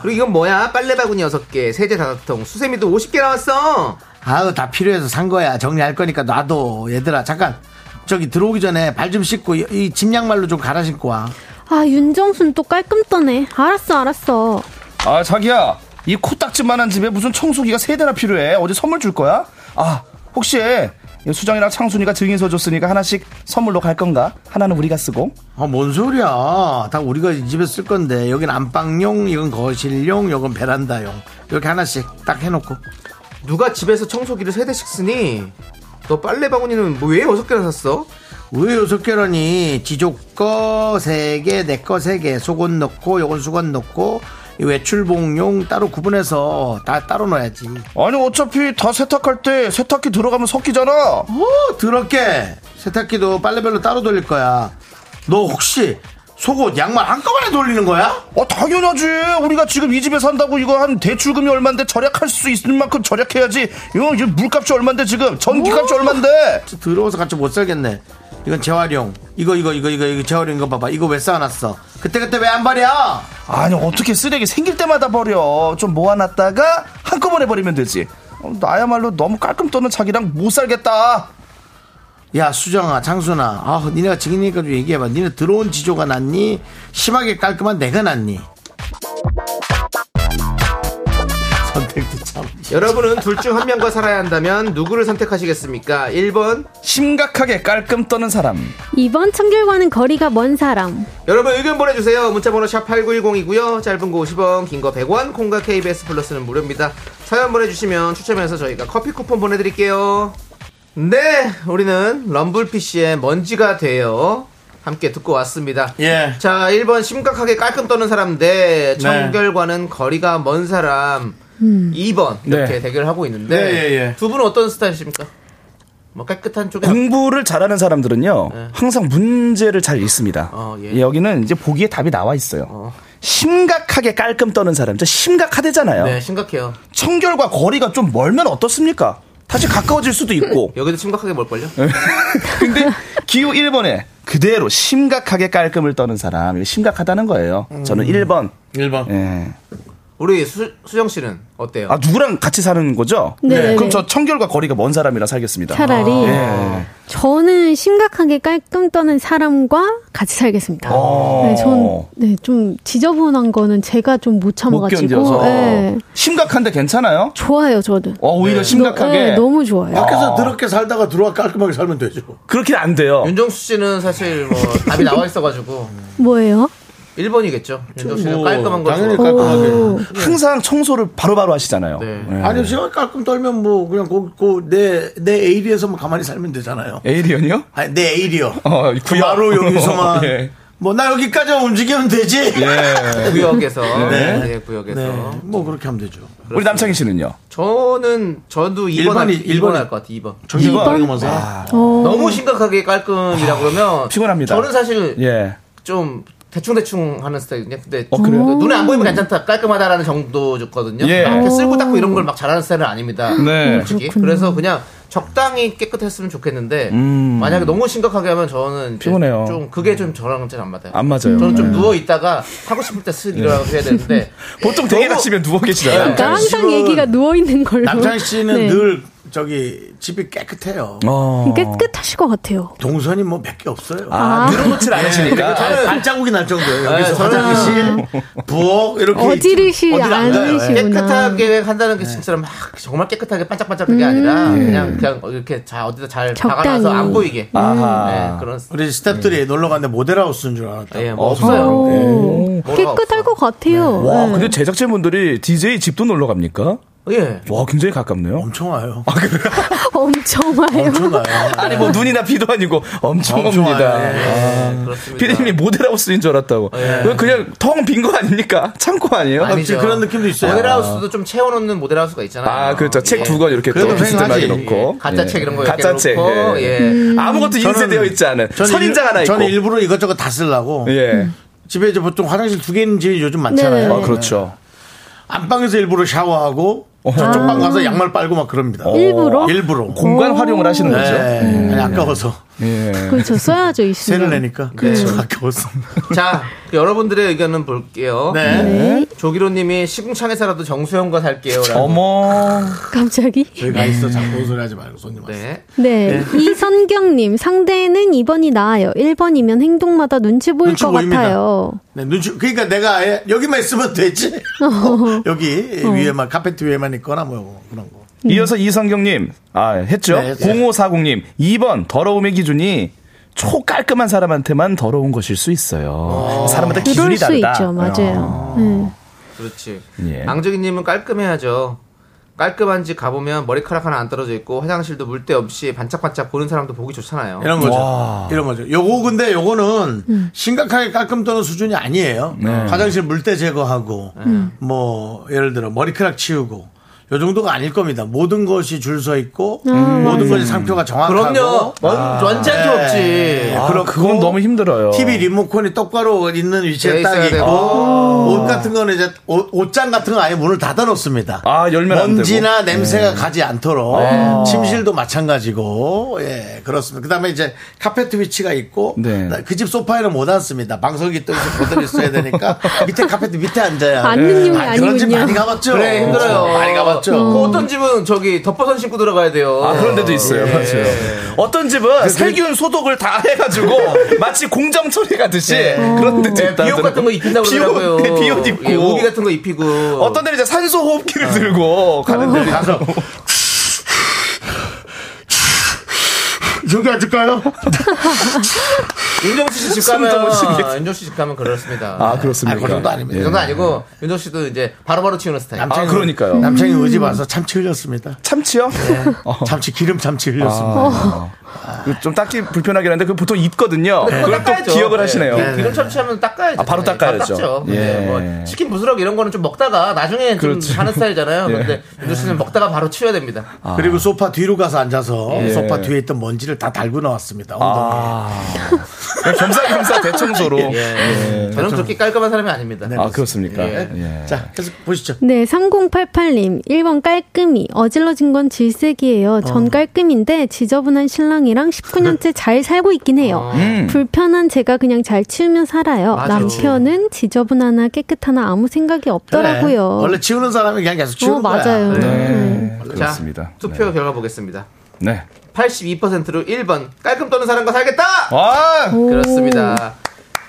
S2: 그리고 이건 뭐야? 빨래 바구니 6개, 세제 5통, 수세미도 50개 나왔어!
S1: 아우 다 필요해서 산 거야 정리할 거니까 놔둬 얘들아 잠깐 저기 들어오기 전에 발 좀 씻고 이- 이 짐양말로 좀 갈아 신고 와
S9: 아 윤정순 또 깔끔 떠네. 알았어 알았어.
S5: 아 자기야 이 코딱지만한 집에 무슨 청소기가 세 대나 필요해 어디 선물 줄 거야 아 혹시 수정이랑 창순이가 증인서 줬으니까 하나씩 선물로 갈 건가 하나는 우리가 쓰고
S1: 아, 뭔 소리야. 다 우리가 이 집에 쓸 건데. 여긴 안방용, 이건 거실용, 이건 베란다용. 이렇게 하나씩 딱 해놓고.
S2: 누가 집에서 청소기를 3대씩 쓰니? 너 빨래 바구니는 뭐 왜 6개나 샀어?
S1: 왜 여섯 개라니? 지조 거 세 개, 내 거 세 개. 속옷 넣고, 요건 수건 넣고, 이 외출복용 따로 구분해서 다 따로 넣어야지.
S5: 아니 어차피 다 세탁할 때 세탁기 들어가면 섞이잖아
S1: 어, 더럽게. 세탁기도 빨래별로 따로 돌릴 거야. 너 혹시 속옷, 양말 한꺼번에 돌리는 거야?
S5: 어 당연하지 우리가 지금 이 집에 산다고 이거 한 대출금이 얼만데 절약할 수 있을 만큼 어, 절약해야지 이거 이제 물값이 얼만데 지금 전기값이 얼만데
S1: 진짜 더러워서 같이 못 살겠네. 이건 재활용. 이거 이거 이거 이거 이거 재활용 이거 봐봐. 이거 왜 쌓아놨어? 그때 그때 왜 안 버려?
S5: 아니 어떻게 쓰레기 생길 때마다 버려 좀 모아놨다가 한꺼번에 버리면 되지 어, 나야말로 너무 깔끔 떠는 자기랑 못 살겠다
S1: 야 수정아 장순아 아 니네가 지기니까 좀 얘기해봐 니네 들어온 지조가 낫니 심하게 깔끔한 내가 낫니 선택도 참
S2: 여러분은 둘 중 한 명과 살아야 한다면 누구를 선택하시겠습니까? 1번.
S5: 심각하게 깔끔 떠는 사람
S9: 2번 청결과는 거리가 먼 사람.
S2: 여러분 의견 보내주세요. 문자번호 샵 8910이고요. 짧은 거 50원, 긴 거 100원, 콩과 KBS 플러스는 무료입니다. 사연 보내주시면 추첨해서 저희가 커피 쿠폰 보내드릴게요. 네, 우리는 럼블피쉬의 먼지가 돼요. 함께 듣고 왔습니다.
S1: 예.
S2: 자, 1번 심각하게 깔끔 떠는 사람 대
S1: 네.
S2: 청결과는 거리가 먼 사람. 2번 이렇게
S5: 네.
S2: 대결하고 있는데
S1: 예, 예, 예.
S2: 두 분은 어떤 스타일이십니까? 뭐 깨끗한 쪽에
S5: 공부를 잘하는 사람들은요 항상 문제를 잘 읽습니다
S2: 네. 어, 예.
S5: 예, 여기는 이제 보기에 답이 나와 있어요 심각하게 깔끔 떠는 사람 저 심각하대잖아요
S2: 네, 심각해요.
S5: 청결과 거리가 좀 멀면 어떻습니까 다시 가까워질 수도 있고
S2: 여기도 심각하게 멀걸요?
S5: 근데 기호 1번에 그대로 심각하게 깔끔을 떠는 사람 이거 심각하다는 거예요.
S2: 음.
S5: 저는 1번.
S1: 1번
S5: 예.
S2: 우리 수, 수정 씨는 어때요?
S5: 아 누구랑 같이 사는 거죠?
S9: 네, 네,
S5: 그럼
S9: 네.
S5: 저 청결과 거리가 먼 사람이랑 살겠습니다.
S9: 차라리 어,
S5: 예.
S9: 저는 심각하게 깔끔 떠는 사람과 같이 살겠습니다. 네, 전, 네, 좀 지저분한 거는 제가 좀 못
S5: 못
S9: 참아가지고.
S5: 견뎌서
S9: 네,
S5: 심각한데 괜찮아요?
S9: 좋아요, 저는.
S5: 어, 오히려 심각하게
S9: 네, 너무 좋아요.
S1: 밖에서 더럽게 살다가 들어와 깔끔하게 살면 되죠
S5: 그렇게 안 돼요.
S2: 윤정수 씨는 사실 뭐 답이 나와 있어가지고
S9: 뭐예요?
S2: 1번이겠죠. 윤정수 씨는
S1: 뭐,
S2: 깔끔한 거
S1: 당연히
S2: 좋아.
S1: 깔끔하게
S5: 항상 청소를 바로바로 하시잖아요.
S2: 네.
S5: 예.
S1: 아니 심하게 깔끔 떨면 뭐 그냥 그내내 에이리에서만 뭐 가만히 살면 되잖아요
S5: 에이리언이요?
S1: 아니 내 에이리요
S5: 어,
S1: 그
S5: 구역.
S1: 바로 여기서만
S5: 예.
S1: 뭐 나 여기까지 움직이면 되지
S5: 예.
S2: 구역에서
S1: 네.
S2: 네, 구역에서
S1: 네, 뭐 그렇게 하면 되죠
S5: 우리 남창희 씨는요?
S2: 저는 저도 2번 할,
S1: 일본이-
S2: 2번
S1: 일본이-
S2: 할 것 같아. 2번.
S1: 정신과 깔끔하세요
S2: 너무 심각하게
S1: 아,
S2: 깔끔이라 그러면
S5: 피곤합니다.
S2: 저는 사실
S5: 예.
S2: 좀 대충 대충 하는 스타일이거든요. 근데
S5: 어, 그래요?
S2: 그 눈에 안 보이면 괜찮다, 깔끔하다라는 정도였거든요.
S5: 예.
S2: 이렇게 쓸고 닦고 이런 걸 막 잘하는 스타일은 아닙니다.
S5: 네.
S2: 솔직히. 그래서 그냥 적당히 깨끗했으면 좋겠는데 만약에 너무 심각하게 하면 저는 이제
S5: 음. 피곤해요.
S2: 좀 그게 좀 저랑 잘 안 맞아요.
S5: 안 맞아요.
S2: 저는
S5: 네.
S2: 좀 누워 있다가 하고 싶을 때 쓱 일어나서 해야 되는데
S5: 보통 되게 다치면 누워 계시잖아요.
S9: 그러니까 항상
S1: 씨는-
S9: 얘기가 누워있는 걸로.
S1: 남창희 씨는
S9: 네.
S1: 늘 저기 집이 깨끗해요.
S5: 어.
S9: 깨끗하실 것 같아요.
S1: 동선이 뭐 몇 개 없어요. 네. 그러니까
S5: 아, 늘어놓질 않으시니까.
S1: 저는 발자국이 날 정도예요.
S2: 네,
S1: 여기서
S2: 저는-
S1: 화장실, 부엌 이렇게
S9: 아. 어지르시
S1: 어디를 안 가요.
S9: 않으시구나.
S2: 깨끗하게 한다는 게 진짜로 막 정말 깨끗하게 반짝반짝 그게 아니라
S5: 네.
S2: 그냥 그냥 이렇게 자 어디다 잘 박아놔서
S9: 음. 적당히.
S2: 안 보이게
S5: 아하.
S2: 네, 그런 스-
S1: 우리 스탭들이 놀러 갔는데 모델하우스인 줄 알았다.
S2: 예, 뭐
S5: 어,
S2: 없어요.
S9: 오,
S2: 뭐가
S9: 깨끗할 것 같아요.
S5: 와,
S9: 네.
S5: 근데 제작진분들이 DJ 집도 놀러 갑니까?
S2: 예.
S5: 와, 굉장히 가깝네요.
S1: 엄청 와요.
S9: 엄청 와요.
S1: 엄청 와요.
S5: 아니 뭐 눈이나 비도 아니고 엄청
S1: 엄청
S5: 옵니다. 아.
S1: 와요. 예.
S2: 네, 그렇습니다. 예.
S5: 피디님이 모델하우스인 줄 알았다고. 그건 그냥 텅 빈 거 아닙니까? 창고 아니에요?
S2: 아니죠.
S1: 그런 느낌도 있어요.
S2: 모델하우스도 좀 채워놓는 모델하우스가 있잖아요.
S5: 아, 그렇죠. 책
S2: 예.
S5: 두 권 이렇게 또
S1: 그래도
S5: 비스듬하게
S1: 휑하지.
S5: 놓고.
S2: 예. 가짜
S5: 예.
S2: 책 이런 거 이렇게
S5: 가짜 책.
S2: 놓고,
S5: 예.
S2: 예.
S5: 아무것도 인쇄되어 있지 않은
S1: 네. 저는
S5: 선인장
S1: 일-
S5: 하나 있고.
S1: 저는 일부러 이것저것 다 쓰려고.
S5: 예.
S1: 집에 이제 보통 화장실 두 개 있는 집이 요즘 많잖아요.
S9: 네네.
S5: 아, 그렇죠.
S1: 안방에서 일부러 샤워하고 저쪽 방 가서 양말 빨고 막 그럽니다.
S9: 아. 어. 네. 일부러?
S1: 일부러.
S5: 공간 활용을 하시는
S1: 네.
S5: 거죠.
S1: 아니, 아까워서.
S5: 예.
S9: 그렇죠. 써야죠, 이
S1: 세를
S9: 시간.
S1: 내니까. 네. 아까워서.
S2: 자, 그 여러분들의 의견은 볼게요.
S1: 네.
S2: 조기로님이 시궁창에서라도 정수영과 살게요. 라고.
S5: 어머.
S9: 갑자기?
S1: 저희가 있어 자꾸 소리 하지 말고 손님 왔어.
S2: 네.
S9: 네. 이선경님, 상대는 2번이 나아요. 1번이면 행동마다 눈치 보일
S1: 눈치
S9: 것
S1: 보입니다.
S9: 같아요.
S1: 네, 눈치, 그러니까 내가 아예 여기만 있으면 되지. 어, 여기 위에만, 카페트 위에만 있거나 뭐 그런 거.
S5: 음. 이어서 이성경님, 아, 했죠?
S1: 네, 했어요.
S5: 0540님, 2번, 더러움의 기준이 초 깔끔한 사람한테만 더러운 것일 수 있어요. 사람마다
S9: 그럴
S5: 기준이
S9: 수
S5: 다르다.
S9: 있죠. 맞아요. 네.
S2: 그렇지.
S5: 예.
S2: 앙정이님은 깔끔해야죠. 깔끔한 집 가보면 머리카락 하나 안 떨어져 있고 화장실도 물때 없이 반짝반짝 보는 사람도 보기 좋잖아요.
S1: 이런 거죠.
S5: 와.
S1: 이런 거죠. 요거 근데 요거는 심각하게 깔끔 떠는 수준이 아니에요. 화장실 물때 제거하고 뭐 예를 들어 머리카락 치우고 요 정도가 아닐 겁니다. 모든 것이 줄 서 있고
S9: 음,
S1: 모든 것이 상표가 정확하고 아.
S2: 그럼요. 완, 완전히 없지.
S1: 네.
S5: 아,
S1: 그럼
S5: 그건 너무 힘들어요.
S1: TV 리모컨이 똑바로 있는 위치에
S2: 네,
S1: 딱
S2: 있어야
S1: 있고
S2: 되고.
S1: 옷 같은 거는 이제 옷, 옷장 같은 거 아예 문을 닫아 놓습니다.
S5: 아, 열면 안
S1: 먼지나 냄새가 가지 않도록 침실도 마찬가지고 예 그렇습니다. 그다음에 이제 카페트 위치가 있고
S5: 네.
S1: 그 집 소파에는 못 앉습니다. 방석이 또 이제 거들이 있어야 되니까 밑에 카페트 밑에 앉아야
S9: 앉는 용이
S1: 아, 그런 집
S9: 아니군요.
S1: 많이 가봤죠.
S2: 그래 힘들어요.
S1: 많이 가봤죠.
S2: 그 어떤 집은 저기 덮어선 신고 들어가야 돼요. 예.
S5: 아, 그런 데도 있어요. 맞아요. 어떤
S2: 그,
S5: 집은 세균 소독을 다 해가지고 마치 공장 처리가듯이 그런 데도 있다.
S2: 예. 비옷 같은 거 입힌다고 그러더라고요.
S5: 네, 비옷 입고.
S2: 예, 모기 같은 거 아. 입히고.
S5: 어떤 데는 이제 산소 호흡기를 들고 가는 데도 있고.
S1: 저기 앉을까요?
S2: 윤정수 씨 집
S5: 숨도 못 쉬겠다.
S2: 가면 아, 윤정수 집 가면 그렇습니다.
S5: 아,
S1: 아, 그
S5: 그렇습니까? 예.
S1: 정도 아닙니다.
S2: 이 정도 아니고 윤정수 씨도 이제 바로바로 치우는 스타일.
S5: 아, 그러니까요.
S1: 남창이 의지 와서 참치 흘렸습니다.
S5: 참치요? 어.
S1: 참치 기름 참치 흘렸습니다.
S5: 그좀 닦기 불편하긴 한데 그 보통 입거든요.
S2: 근데
S5: 그걸 또
S2: 그거 닦아야죠.
S5: 기억을
S2: 네. 네.
S5: 하시네요.
S2: 네. 기름 처치하면 닦아야죠.
S5: 아, 바로
S2: 네,
S5: 닦아야죠.
S2: 닦죠.
S5: 예.
S2: 네, 뭐 치킨 부스럭 이런 거는 좀 먹다가 나중에 좀
S5: 그렇죠.
S2: 하는 스타일이잖아요.
S5: 예. 아,
S2: 근데 윤정수 씨는 먹다가 바로 치워야 됩니다.
S1: 그리고 소파 뒤로 가서 앉아서
S5: 예.
S1: 소파 뒤에 있던 먼지를 다 달고 나왔습니다. 엉덩이에.
S5: 그냥 겸사겸사 대청소로.
S2: 예.
S5: 네.
S2: 저는 그렇게 깔끔한 사람이 아닙니다.
S5: 아, 그렇습니까?
S2: 예.
S5: 예.
S1: 자, 계속 보시죠.
S9: 네, 3088님. 1번 깔끔이. 어질러진 건 질색이에요.
S1: 어.
S9: 전 깔끔인데 지저분한 신랑이랑 19년째 잘 살고 있긴 해요.
S1: 아. 음.
S9: 불편한 제가 그냥 잘 치우면 살아요.
S2: 맞아.
S9: 남편은 지저분하나 깨끗하나 아무 생각이 없더라고요.
S1: 원래 치우는 사람이 그냥 계속 치우는
S9: 어,
S1: 거야.
S9: 맞아요.
S5: 네.
S2: 음. 자,
S5: 그렇습니다.
S2: 투표 결과 보겠습니다.
S5: 네.
S2: 82%로 1번 깔끔 떠는 사람과 살겠다.
S5: 와!
S2: 그렇습니다.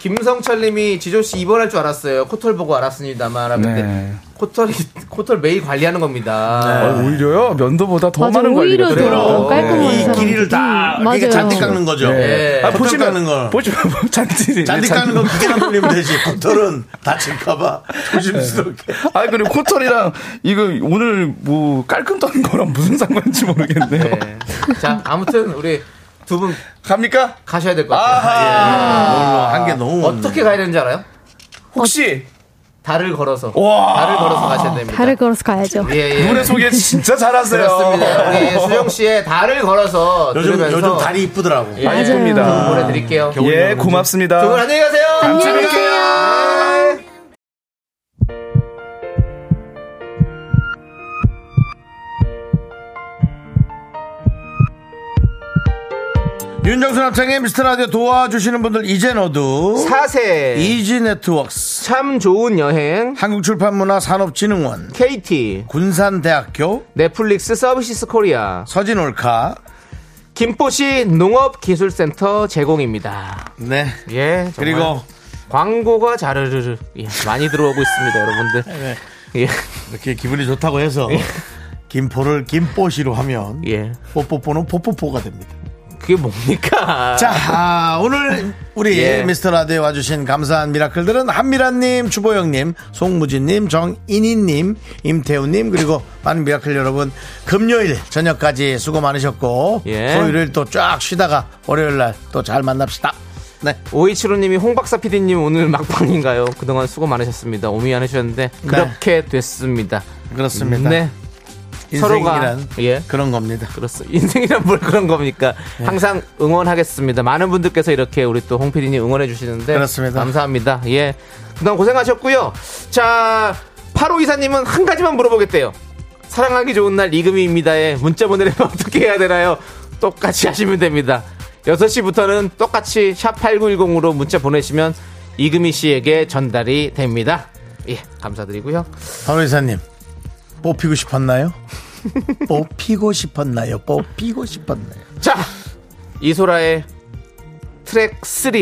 S2: 김성철님이 지조 씨 입원할 줄 알았어요. 코털 보고 알았습니다만 하는데
S5: 네.
S2: 코털이 코털 매일 관리하는 겁니다.
S5: 아, 오히려요 면도보다 더
S9: 맞아,
S5: 많은
S9: 오히려
S5: 관리가
S9: 더
S5: 들어가요.
S9: 깔끔한
S5: 네.
S1: 이
S9: 사람.
S1: 길이를 다
S9: 음, 맞아요.
S1: 이게 잔디 깎는 거죠.
S5: 네.
S1: 아, 보시면 깎는 걸.
S5: 보시면 뭐 잔디
S1: 잔디 깎는 건 기계나 돌리면 되지. 겉털은 다칠까봐 조심스럽게.
S5: 아 그리고 코털이랑 이거 오늘 뭐 깔끔 떠는 거랑 무슨 상관인지 모르겠네요.
S2: 네. 자 아무튼 우리 두 분
S5: 갑니까?
S2: 가셔야 될 것 같아요. 예.
S5: 아하.
S1: 한 게 너무.
S2: 어떻게 가야 되는지 알아요?
S5: 혹시
S2: 달을 걸어서
S5: 와.
S2: 달을 걸어서 가셔야 됩니다.
S9: 발을 걸어서 가야죠.
S2: 예, 예.
S5: 노래 소개 진짜 잘하세요.
S2: 그렇습니다. 네. 우리 수정 씨의 달을 걸어서
S1: 요즘,
S2: 들으면서
S1: 요즘 다리 이쁘더라고.
S2: 예,
S9: 맞아요.
S5: 예쁩니다.
S2: 보내드릴게요.
S5: 예 고맙습니다.
S2: 두분 안녕히 가세요.
S5: 안녕히
S2: 가세요.
S1: 윤정수 남창의 미스터 라디오 도와주시는 분들 이제 너도.
S2: 사세
S1: 이지 네트워크스.
S2: 참 좋은 여행
S1: 한국출판문화산업진흥원.
S2: KT
S1: 군산대학교.
S2: 넷플릭스 서비스 코리아
S1: 서진올카.
S2: 김포시 농업기술센터 제공입니다.
S1: 네.
S2: 예 정말
S1: 그리고
S2: 광고가 자르르르 예, 많이 들어오고 있습니다, 여러분들.
S1: 네.
S2: 예
S1: 이렇게 기분이 좋다고 해서 김포를 김뽀시로 하면
S2: 예.
S1: 뽀뽀뽀는 뽀뽀뽀가 됩니다.
S2: 그게 뭡니까?
S1: 자, 아, 오늘 우리
S2: 예.
S1: 미스터 라디오에 와주신 감사한 미라클들은 한미란님, 주보영님, 송무진님, 정인희님, 임태우님, 그리고 많은 미라클 여러분, 금요일 저녁까지 수고 많으셨고,
S2: 예.
S1: 토요일 또 쫙 쉬다가 월요일날 또 잘 만납시다. 네.
S2: 오이치로님이 홍박사 PD님 오늘 막방인가요? 그동안 수고 많으셨습니다. 오미 안 해주셨는데
S1: 네.
S2: 그렇게 됐습니다.
S1: 그렇습니다.
S2: 네,
S1: 인생이란
S2: 서로가- 예.
S1: 그런 겁니다.
S2: 그렇습니다. 인생이란 뭘 그런 겁니까?
S1: 네.
S2: 항상 응원하겠습니다. 많은 분들께서 이렇게 우리 또 홍피디님 응원해 주시는데
S1: 그렇습니다.
S2: 감사합니다. 예. 그동안 고생하셨고요. 자, 8호 이사님은 한 가지만 물어보겠대요. 사랑하기 좋은 날 이금희입니다에 문자 보내려면 어떻게 해야 되나요? 똑같이 하시면 됩니다. 6시부터는 똑같이 샵8910으로 문자 보내시면 이금희 씨에게 전달이 됩니다. 예, 감사드리고요.
S1: 바로 이사님, 뽑히고 싶었나요? 뽑히고 싶었나요? 뽑히고 싶었나요?
S2: 자, 이소라의 트랙 3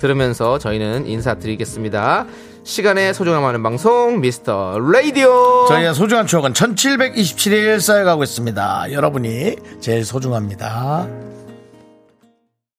S2: 들으면서 저희는 인사드리겠습니다. 시간의 소중함 하는 방송 미스터 라디오.
S1: 저희의 소중한 추억은 1727일 쌓여가고 있습니다. 여러분이 제일 소중합니다.